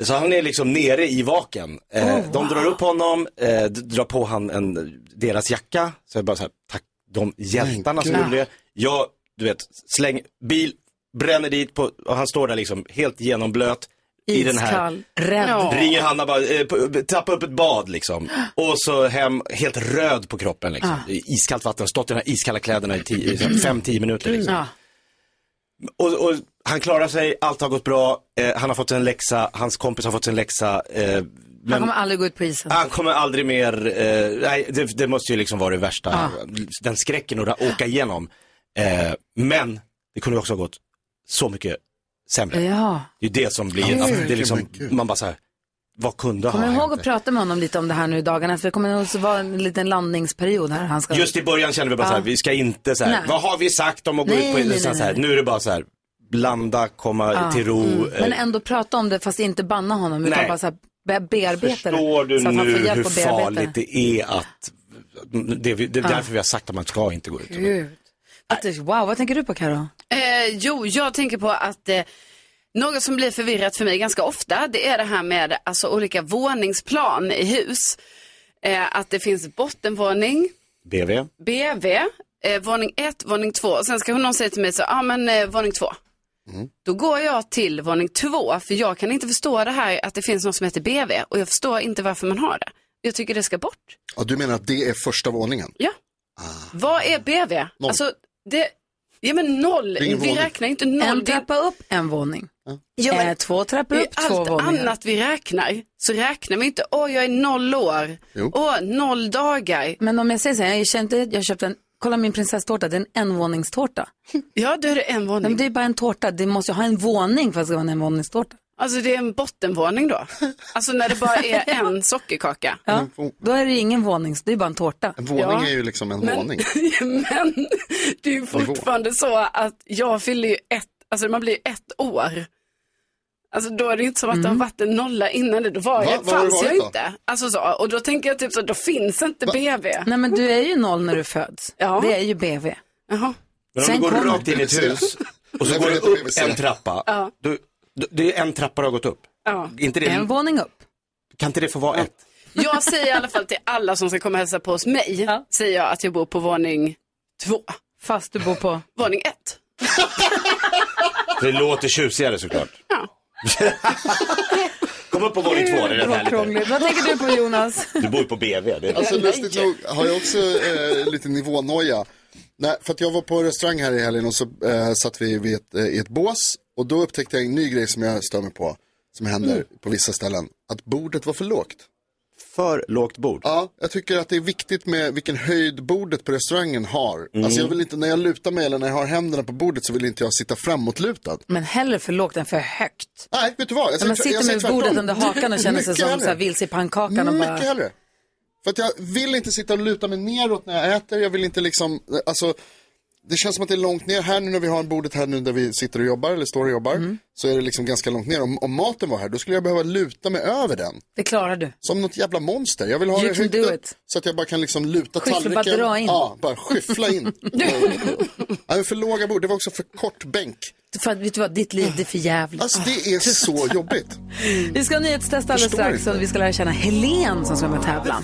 Så han är liksom nere i vaken. Oh. Eh, De drar upp honom, eh, d- drar på han en, deras jacka. Så jag bara så här, tack de hjältarna som gud. gjorde det. Jag, du vet, släng bil, bränner dit på, och han står där liksom helt genomblöt. I den här, Iskall, rädd. Ja. ringer Hanna bara, eh, på- tappa upp ett bad liksom. Och så hem, helt röd på kroppen liksom. Ah. I Iskallt vatten, stått i de här iskalla kläderna i 5-10 minuter liksom. Ja. Och, och Han klarar sig, allt har gått bra, eh, han har fått en läxa, hans kompis har fått en läxa. Eh, Han men Ah, kommer aldrig gå ut på isen. han kommer aldrig mer, eh, nej det, det måste ju liksom vara det värsta, Ah. den skräcken att åka igenom. Eh, men det kunde ju också ha gått så mycket sämre. Ja. Det är ju det som blir, Mm. att det är liksom, man bara så här, vad kunde ha Kommer ihåg hänt? att prata med honom lite om det här nu i dagarna? För det kommer också vara en liten landningsperiod här. Han ska... Just i början kände vi bara Ja. så här, vi ska inte så här, Nej. vad har vi sagt om att gå Nej, ut på nej, isen? nej, Så här, nej. nu är det bara så här, blanda, komma Ja. till ro. Mm. eh, Men ändå prata om det fast inte banna honom utan Nej. bara så här be- bearbeta Förstår det. du så att han får nu hjälp hur att bearbeta farligt det. det är att, det är, vi- det är Ja. därför vi har sagt att man ska inte gå ut. Gud. Att det- Wow, vad tänker du på Karo? Eh, jo, jag tänker på att eh, något som blir förvirrat för mig ganska ofta, det är det här med alltså, olika våningsplan i hus. Eh, att det finns bottenvåning, BV. BV, eh, våning 1, våning 2 och sen ska någon säga till mig så, ja ah, men eh, våning 2. Mm. Då går jag till våning 2 för jag kan inte förstå det här att det finns något som heter BV och jag förstår inte varför man har det. Jag tycker det ska bort. Ja, du menar att det är första våningen? Ja. Vad är BV? Noll. Alltså, det, ja men noll, Det är ingen vi våning. räknar inte noll. En Det- trappa upp, en våning. Ja, men- eh, två trappor upp, I två allt våningar. annat vi räknar så räknar vi inte, åh jag är noll år, Jo. åh noll dagar. Men om jag säger så här, jag, kände, jag köpte en, kolla min prinsesstårta, det är en envåningstårta. Ja, då är det en våning. Men det är bara en tårta, det måste ju ha en våning för att det ska vara en envåningstårta. Alltså det är en bottenvåning då. Alltså när det bara är en sockerkaka. Ja. Då är det ingen våning, det är bara en tårta. En Våning är ju liksom en Men- våning. Men det är ju fortfarande så att jag fyller ju ett, alltså man blir ju ett år. Alltså då är det ju inte som att det Mm. har varit en nolla innan det, då var Va? jag, Vad har det fanns jag varit då? inte. Alltså så, och då tänker jag typ så, då finns inte BV. Nej men du är ju noll när du föds. Det är ju BV. Jaha. Men om Sen du går kommer- rakt in i ett hus och så går du upp en trappa, Ja. du, du, det är en trappa du har gått upp. Ja. Inte det, En våning upp. kan inte det få vara ett? Jag säger i alla fall till alla som ska komma och hälsa på hos mig, säger jag att jag bor på våning två. Fast du bor på? Våning ett. Det låter tjusigare såklart. Kom upp på våning två, det är rätt härligt. Krångligt. Vad tänker du på Jonas? Du bor ju på BV. Det är... Alltså lustigt nog har jag också eh, lite nivånoja. Nej, för att jag var på restaurang här i helgen och så eh, satt vi vid ett, eh, i ett bås och då upptäckte jag en ny grej som jag stör mig på. Som händer Mm. på vissa ställen. Att bordet var för lågt. För lågt bord? Ja, jag tycker att det är viktigt med vilken höjd bordet på restaurangen har. Mm. Alltså jag vill inte, när jag lutar mig eller när jag har händerna på bordet så vill inte jag sitta framåtlutad. Men hellre för lågt än för högt. Nej, vet du vad? Jag När man säger- jag sitter säger med tvärtom. bordet under hakan och känner sig Mycket som hellre. så här vilse i pannkakan och Mycket bara... hellre. För att jag vill inte sitta och luta mig neråt när jag äter. Jag vill inte liksom, alltså, det känns som att det är långt ner. Här nu när vi har bordet här nu där vi sitter och jobbar eller står och jobbar. Mm. Så är det liksom ganska långt ner. Om, om maten var här, då skulle jag behöva luta mig över den. Det klarar du. Som något jävla monster. Jag vill ha You det can högt do upp. Så att jag bara kan liksom luta Skyffla, bara tallriken. dra in. Ja, bara skyffla in. ja, men för låga bord, det var också för kort bänk. För att, vet du vad, ditt liv det är för jävligt. Alltså det Ah, är så jobbigt. Vi ska ha nyhetstest alldeles Förstår strax inte. och vi ska lära känna Helen som ska med och tävla.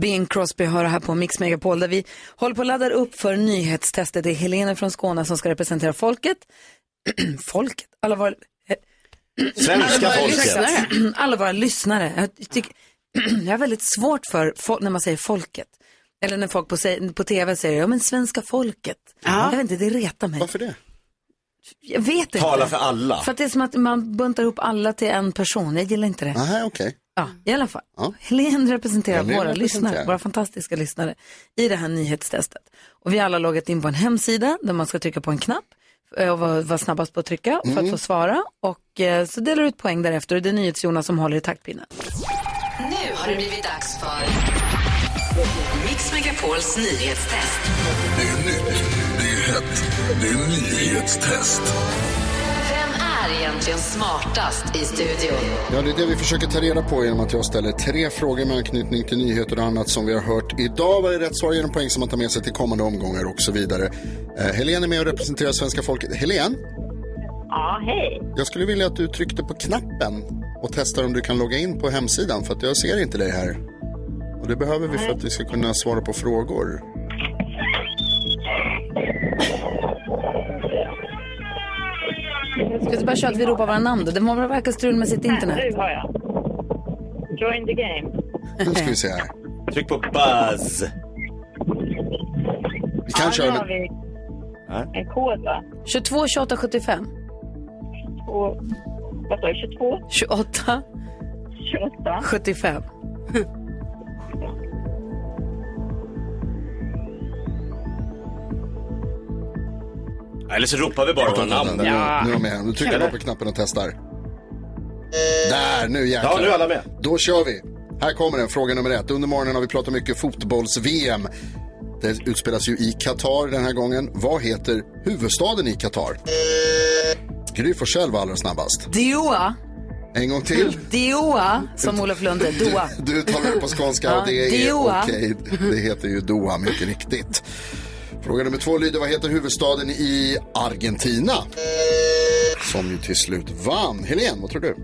Bing Crosby har det här på Mix Megapol där vi håller på att ladda upp för nyhetstestet. Det är Helene från Skåne som ska representera folket. folket? Alla våra... Svenska våra folket. lyssnare. Alla våra lyssnare. Jag, tycker, jag har väldigt svårt för fol- när man säger folket. Eller när folk på, se- på tv säger, ja men svenska folket. Jag vet inte, det retar mig. Varför det? Jag vet inte. Tala för alla. För att det är som att man buntar ihop alla till en person. Jag gillar inte det. Nej, okej. Ja, i alla fall. Helen representerar Helen våra representerar. lyssnare, våra fantastiska lyssnare i det här nyhetstestet. Och vi har alla loggat in på en hemsida där man ska trycka på en knapp eh, och vara vara snabbast på att trycka för att Mm. få svara. Och eh, så delar du ut poäng därefter och det är NyhetsJonas som håller i taktpinnen. Nu har det blivit dags för Mix Megapols nyhetstest. Det är nytt, det är hett, det är nyhetstest. Vem är egentligen smartast i studion? Ja, det är det vi försöker ta reda på genom att jag ställer tre frågor med anknytning till nyheter och annat som vi har hört idag. Varje rätt svar ger en poäng som man tar med sig till kommande omgångar och så vidare. Eh, Helene är med och representerar svenska folket. Helene, Ja, hej. jag skulle vilja att du tryckte på knappen och testar om du kan logga in på hemsidan för att jag ser inte dig här. Och det behöver vi för att vi ska kunna svara på frågor. Ska vi bara köra att vi ropar våra namn då? Det må väl verka strul med sitt internet. Nu har jag. Join the game. Nu ska vi se här. Tryck på buzz. kan köra Äh? med... vi Nej. en kod va? 22, 28, 75. På, vad sa du, 22? 28, 28? 75. Eller så ropar vi bara våra namn. Nu, nu är jag med. Nu trycker jag bara på knappen och testar. Där, nu jäklar. Ja, nu är alla med. Då kör vi. Här kommer den, fråga nummer ett. Under morgonen har vi pratat mycket fotbolls-VM. Det utspelas ju i Qatar den här gången. Vad heter huvudstaden i Qatar? Gry Forssell var allra snabbast. Doha. En gång till. Doha, som Olof Lunde. Doha. Du talar det på skånska Ja, och det är Doha. okej. Det heter ju Doha, mycket riktigt. Fråga nummer två lyder, vad heter huvudstaden i Argentina? Som ju till slut vann. Helene, vad tror du?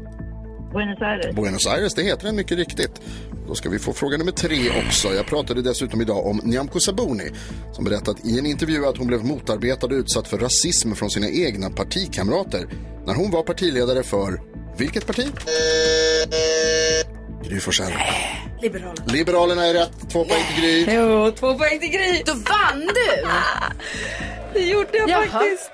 Buenos Aires? Buenos Aires, det heter den mycket riktigt. Då ska vi få fråga nummer tre också. Jag pratade dessutom idag om Nyamko Sabuni som berättat i en intervju att hon blev motarbetad och utsatt för rasism från sina egna partikamrater när hon var partiledare för vilket parti? Gry Forssell. Liberal. Liberalerna är rätt. Två poäng till Gry. Jo, två poäng till Gry. Då vann du! Det gjorde jag faktiskt.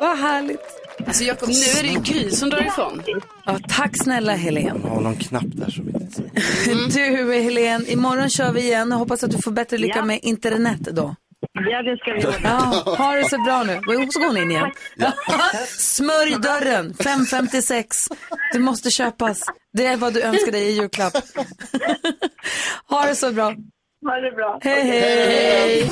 Vad härligt. Alltså Jakob, nu är det ju Gry som drar ifrån. Ja, tack snälla Helene. Jag har någon knapp där som inte... Du Helene, imorgon kör vi igen och hoppas att du får bättre lycka Ja. med internet då. Ja, det ska vi Ja, ha det så bra nu. Och så går hon in igen. Smörj dörren, 556. Du måste köpas. Det är vad du önskar dig i julklapp. Ha det så bra. Ha det bra. Hej, hej.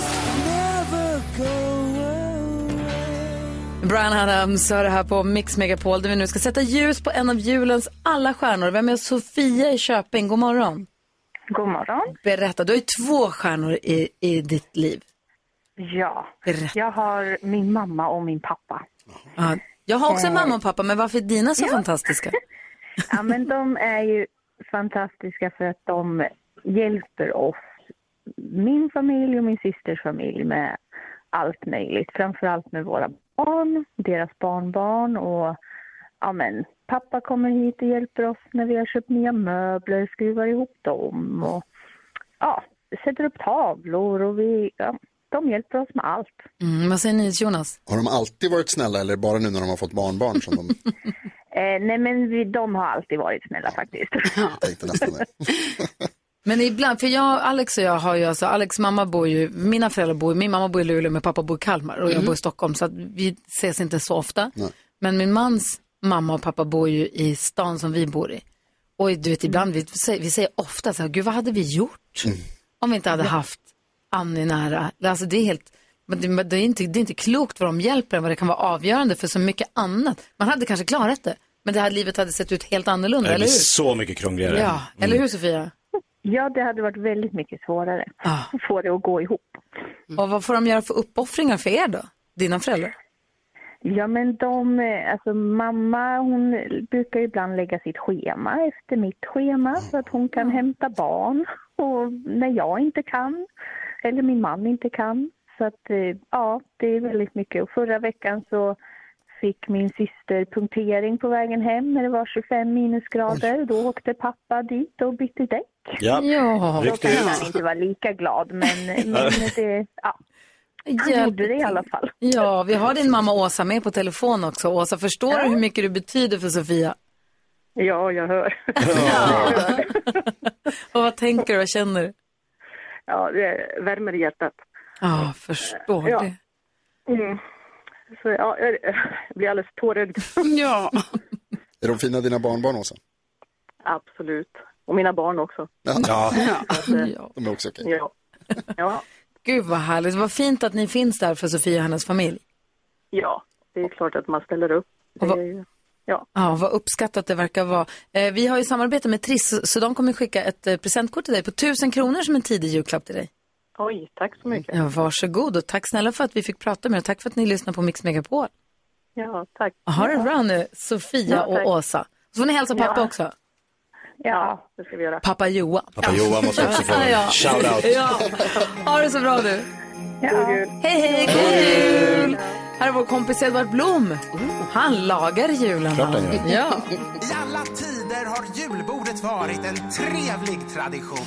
Brian Adams hör det här på Mix Megapol där vi nu ska sätta ljus på en av julens alla stjärnor. Vem är Sofia i Köping? God morgon. God morgon. Berätta, du har ju två stjärnor i, i ditt liv. Ja, jag har min mamma och min pappa. Ja, jag har också en Eh. mamma och pappa, men varför är dina så fantastiska? Ja, men de är ju fantastiska för att de hjälper oss, min familj och min systers familj, med allt möjligt. Framförallt med våra barn, deras barnbarn och ja, men, pappa kommer hit och hjälper oss när vi har köpt nya möbler, skruvar ihop dem och ja, sätter upp tavlor och vi, ja, de hjälper oss med allt. Mm, vad säger ni, Jonas? Har de alltid varit snälla eller bara nu när de har fått barnbarn som de Eh, nej men vi, de har alltid varit snälla faktiskt. tänkte nästan är? Men ibland, för jag, Alex och jag har ju, alltså Alex mamma bor ju, mina föräldrar bor, min mamma bor i Luleå, men pappa bor i Kalmar och jag Mm. bor i Stockholm så att vi ses inte så ofta. Nej. Men min mans mamma och pappa bor ju i stan som vi bor i. Och du vet ibland, vi säger, vi säger ofta så här, gud vad hade vi gjort Mm. om vi inte hade haft Annie nära? Alltså det är helt, men det, men det, är inte, det är inte klokt vad de hjälper en, vad det kan vara avgörande för så mycket annat. Man hade kanske klarat det, men det här livet hade sett ut helt annorlunda, Det eller blir hur? så Mm. mycket krångligare. Ja, eller hur Sofia? Ja, det hade varit väldigt mycket svårare att få det att gå ihop. Och vad får de göra för uppoffringar för er då? Dina föräldrar? Ja, men de, eh, alltså mamma hon brukar ju ibland lägga sitt schema efter mitt schema så att hon kan hämta barn och när jag inte kan eller min man inte kan. Så att eh, ja, det är väldigt mycket. Och förra veckan så fick min syster punktering på vägen hem när det var 25 minusgrader. Då åkte pappa dit och bytte däck. Ja. Ja. Då Ryckte kan ut. han inte vara lika glad, men, men det, ja. han Hjälp. gjorde det i alla fall. Ja, vi har din mamma Åsa med på telefon också. Åsa, förstår du hur mycket du betyder för Sofia? Ja, jag hör. Och vad tänker du, vad känner du? Ja, det värmer i hjärtat. Ja, förstår Ja. det. Mm. Så, ja, jag blir alldeles tårögd. Ja. Är de fina dina barnbarn Åsa? Absolut. Och mina barn också. Ja. Ja. De är också okej. Ja. ja. Gud vad härligt, vad fint att ni finns där för Sofia och hennes familj. Ja, det är klart att man ställer upp. Det är ju- Ja. Ja, vad uppskattat det verkar vara. Eh, vi har ju samarbete med Triss, så de kommer skicka ett eh, presentkort till dig på 1000 kronor som en tidig julklapp till dig. Oj, tack så mycket. Ja, varsågod och tack snälla för att vi fick prata med er. Tack för att ni lyssnar på Mix Megapol. Ja, tack. Ha det bra nu, Sofia Ja, tack. och Åsa. Så får ni hälsa pappa Ja. också. Ja, det ska vi göra. Pappa Johan. Pappa Johan måste också få en Ja. shout-out. Ja. Ha det så bra du. Hej, hej, god jul! Här är vår kompis Edvard Blom. Han lagar julen. Klart han han. gör. Ja. I alla tider har julbordet varit en trevlig tradition.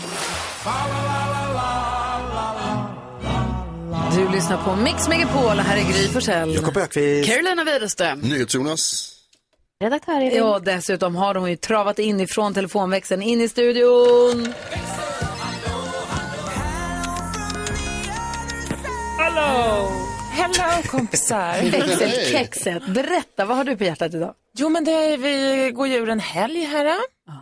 Du lyssnar på Mix Megapol. Här är Gry Forssell. Jakob Ökvist. Carolina Widerström. NyhetsJonas. Redaktör Ja, dessutom har hon ju travat in ifrån telefonväxeln in i studion. Hello! Hello kompisar! Växelkexet. Berätta, vad har du på hjärtat idag? Jo men det är, vi går ju ur en helg här.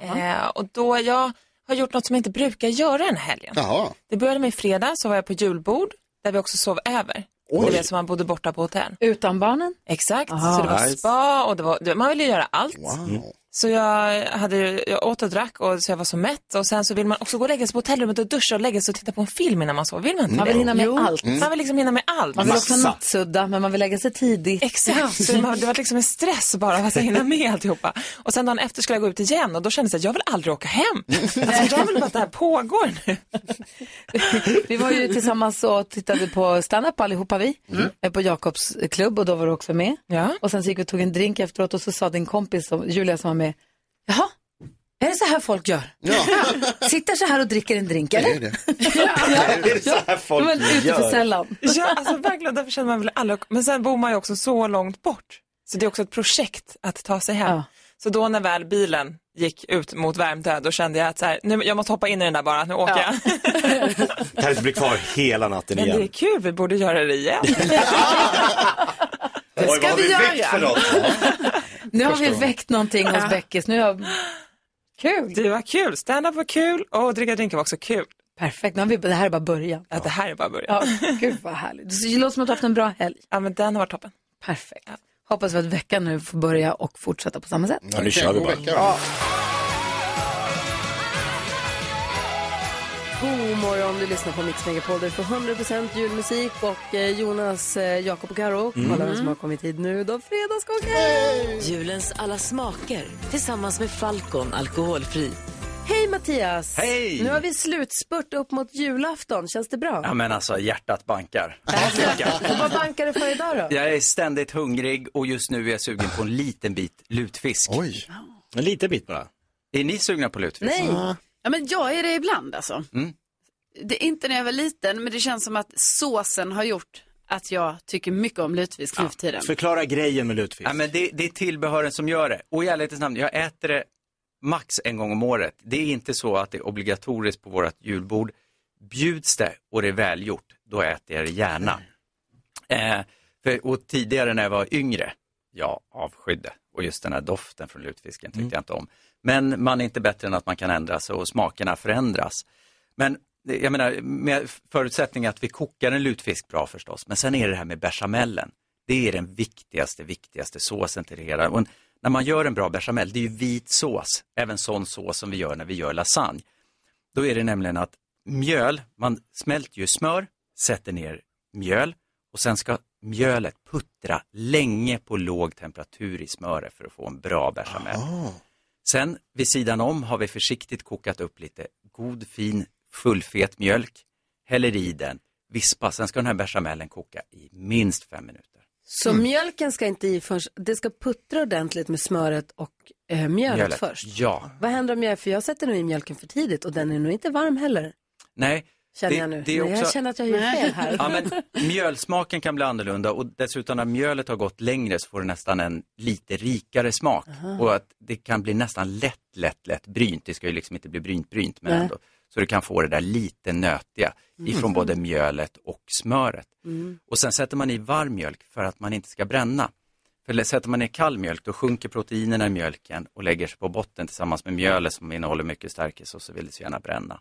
Eh, och då jag har gjort något som jag inte brukar göra den helgen. Jaha. Det började med i fredag så var jag på julbord där vi också sov över. Oj. Det var som man bodde borta på hotell. Utan barnen? Exakt, Aha. så det var Nice. spa och det var, det- man ville göra allt. Wow. Så jag, hade, ju- jag åt och drack och så jag var så mätt och sen så vill man också gå och lägga sig på hotellrummet och duscha och lägga sig och titta på en film innan man sover. Vill man inte Man vill det? hinna med Jo. allt. Man vill liksom hinna med allt. Man vill också nattsudda, men man vill lägga sig tidigt. Exakt, så man- det var liksom en stress bara att hinna med alltihopa. Och sen dagen efter skulle jag gå ut igen och då kändes det att jag vill aldrig åka hem. Alltså, jag vill bara att det här pågår nu. Vi var ju tillsammans och tittade på stand-up allihopa vi, eh, på Jakobs klubb och då var du också med. Och sen så gick vi och tog en drink efteråt och så sa din kompis som, Julia som var med, jaha, är det så här folk gör? Sitter så här och dricker en drink eller? det. Det är så här folk men ute för gör. sällan. Ja, alltså verkligen. Därför känner man väl aldrig... Men sen bor man ju också så långt bort. Så det är också ett projekt att ta sig hem. Så då när väl bilen gick ut mot Värmdö, då kände jag att så här, nu, jag måste hoppa in i den där bara, nu åker jag. Kan inte bli kvar hela natten Men det är igen. kul, vi borde göra det igen. Oj, vad ska har vi göra. väckt för något? Nu har vi Förstår. väckt någonting hos Ja. Beckis, nu har... Kul! Det var kul, stand-up var kul och dricka drinkar var också kul. Perfekt, nu har vi... det här är bara början. Ja, det här är bara början. Ja, gud vad härligt. Det låter som att du har haft en bra helg. Ja, men den har varit toppen. Perfekt. Hoppas vi att veckan nu får börja och fortsätta på samma sätt. Ja, nu kör vi bara. Ja. God morgon, du lyssnar på Mix Megapol. Det är för 100% julmusik och eh, Jonas, eh, Jakob och Karo. Mm. Kolla vem som har kommit hit nu då, fredagskocken! Julens alla smaker tillsammans med Falcon alkoholfri. Hej Mattias! Hej! Nu har vi slutspurt upp mot julafton, känns det bra? Ja men alltså hjärtat bankar. Och vad bankar det för idag då? Jag är ständigt hungrig och just nu är jag sugen på en liten bit lutfisk. Oj. En liten bit bara. Är ni sugna på lutfisk? Nej. Ja, men jag är det ibland alltså. Mm. Det är inte när jag var liten, men det känns som att såsen har gjort att jag tycker mycket om lutfisk nu för tiden. Förklara grejen med lutfisk. Ja, men det, det är tillbehören som gör det. Och i ärlighetens namn, jag äter det max en gång om året. Det är inte så att det är obligatoriskt på vårt julbord. Bjuds det och det är välgjort, då äter jag det gärna. Eh, för, och tidigare när jag var yngre, jag avskydde. Och just den här doften från lutfisken tyckte jag inte om. Men man är inte bättre än att man kan ändra sig och smakerna förändras. Men eh, jag menar, med förutsättning att vi kokar en lutfisk bra förstås. Men sen är det det här med bechamelen. Det är den viktigaste, viktigaste såsen till det hela. Och när man gör en bra bechamel, det är ju vit sås, även sån sås som vi gör när vi gör lasagne. Då är det nämligen att mjöl, man smälter ju smör, sätter ner mjöl och sen ska mjölet puttra länge på låg temperatur i smöret för att få en bra bechamel. Sen vid sidan om har vi försiktigt kokat upp lite god fin fullfet mjölk, häller i den, vispa, sen ska den här bechamelen koka i minst fem minuter. Så Mm. mjölken ska inte i först, det ska puttra ordentligt med smöret och eh, mjölet, först. Ja, Vad händer om jag, för jag sätter nog i mjölken för tidigt och den är nog inte varm heller. nej. Känner det- jag nu. det är Nej, också- Jag känner att jag gör fel här. Ja, men mjölsmaken kan bli annorlunda och dessutom när mjölet har gått längre så får det nästan en lite rikare smak. Aha. Och att det kan bli nästan lätt, lätt, lätt brynt. Det ska ju liksom inte bli brynt, brynt men Nej. ändå. Så du kan få det där lite nötiga ifrån Mm. både mjölet och smöret. Mm. Och sen sätter man i varm mjölk för att man inte ska bränna. För sätter man i kall mjölk då sjunker proteinerna i mjölken och lägger sig på botten tillsammans med mjölet som innehåller mycket stärkelse och så vill det så gärna bränna.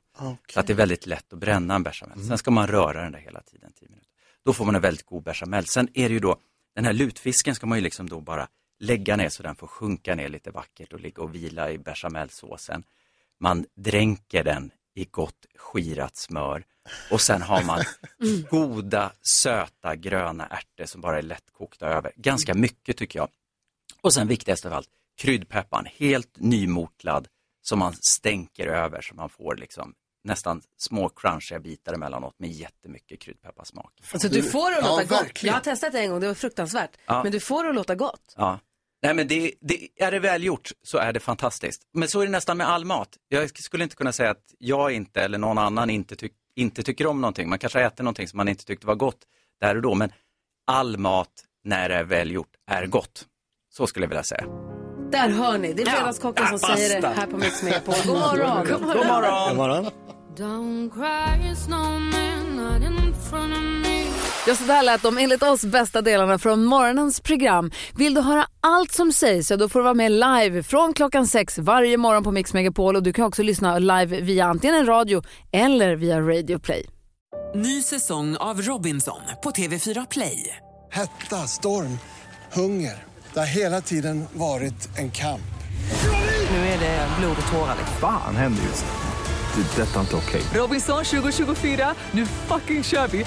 Så att det är väldigt lätt att bränna en bechamel. Sen ska man röra den där hela tiden, 10 minuter. Då får man en väldigt god bechamel. Sen är det ju då, den här lutfisken ska man ju liksom då bara lägga ner så den får sjunka ner lite vackert och ligga och vila i bechamelsåsen. Man dränker den i gott skirat smör och sen har man goda, söta, gröna ärtor som bara är lättkokta över. Ganska mycket tycker jag. Och sen viktigast av allt, kryddpepparn, helt nymotlad som man stänker över så man får liksom nästan små crunchiga bitar emellanåt med jättemycket kryddpepparsmak. Alltså du får det att låta gott. Jag verkligen. har testat det en gång, det var fruktansvärt. Ja. Men du får det att låta gott. Ja. Nej men det, det, är det välgjort så är det fantastiskt. Men så är det nästan med all mat. Jag skulle inte kunna säga att jag inte eller någon annan inte tyck, inte tycker om någonting. Man kanske äter någonting som man inte tyckte var gott där och då. Men all mat när det är välgjort är gott. Så skulle jag vilja säga. Där hör ni, det är Fredagskocken som Ja, säger det basta. här på Mix Megapol. God morgon! God morgon. God morgon. God Don't cry, snowman, not in front of me. Ja, så där lät de enligt oss bästa delarna från morgonens program. Vill du höra allt som sägs så då får du vara med live från klockan sex varje morgon på Mix Megapol och du kan också lyssna live via antingen en radio eller via Radio Play. Ny säsong av Robinson på TV4 Play. Hetta, storm, hunger. Det har hela tiden varit en kamp. Nu är det blod och tårar. liksom. Fan händer just nu. Det. är Detta är inte okej. Robinson 2024, nu fucking kör vi!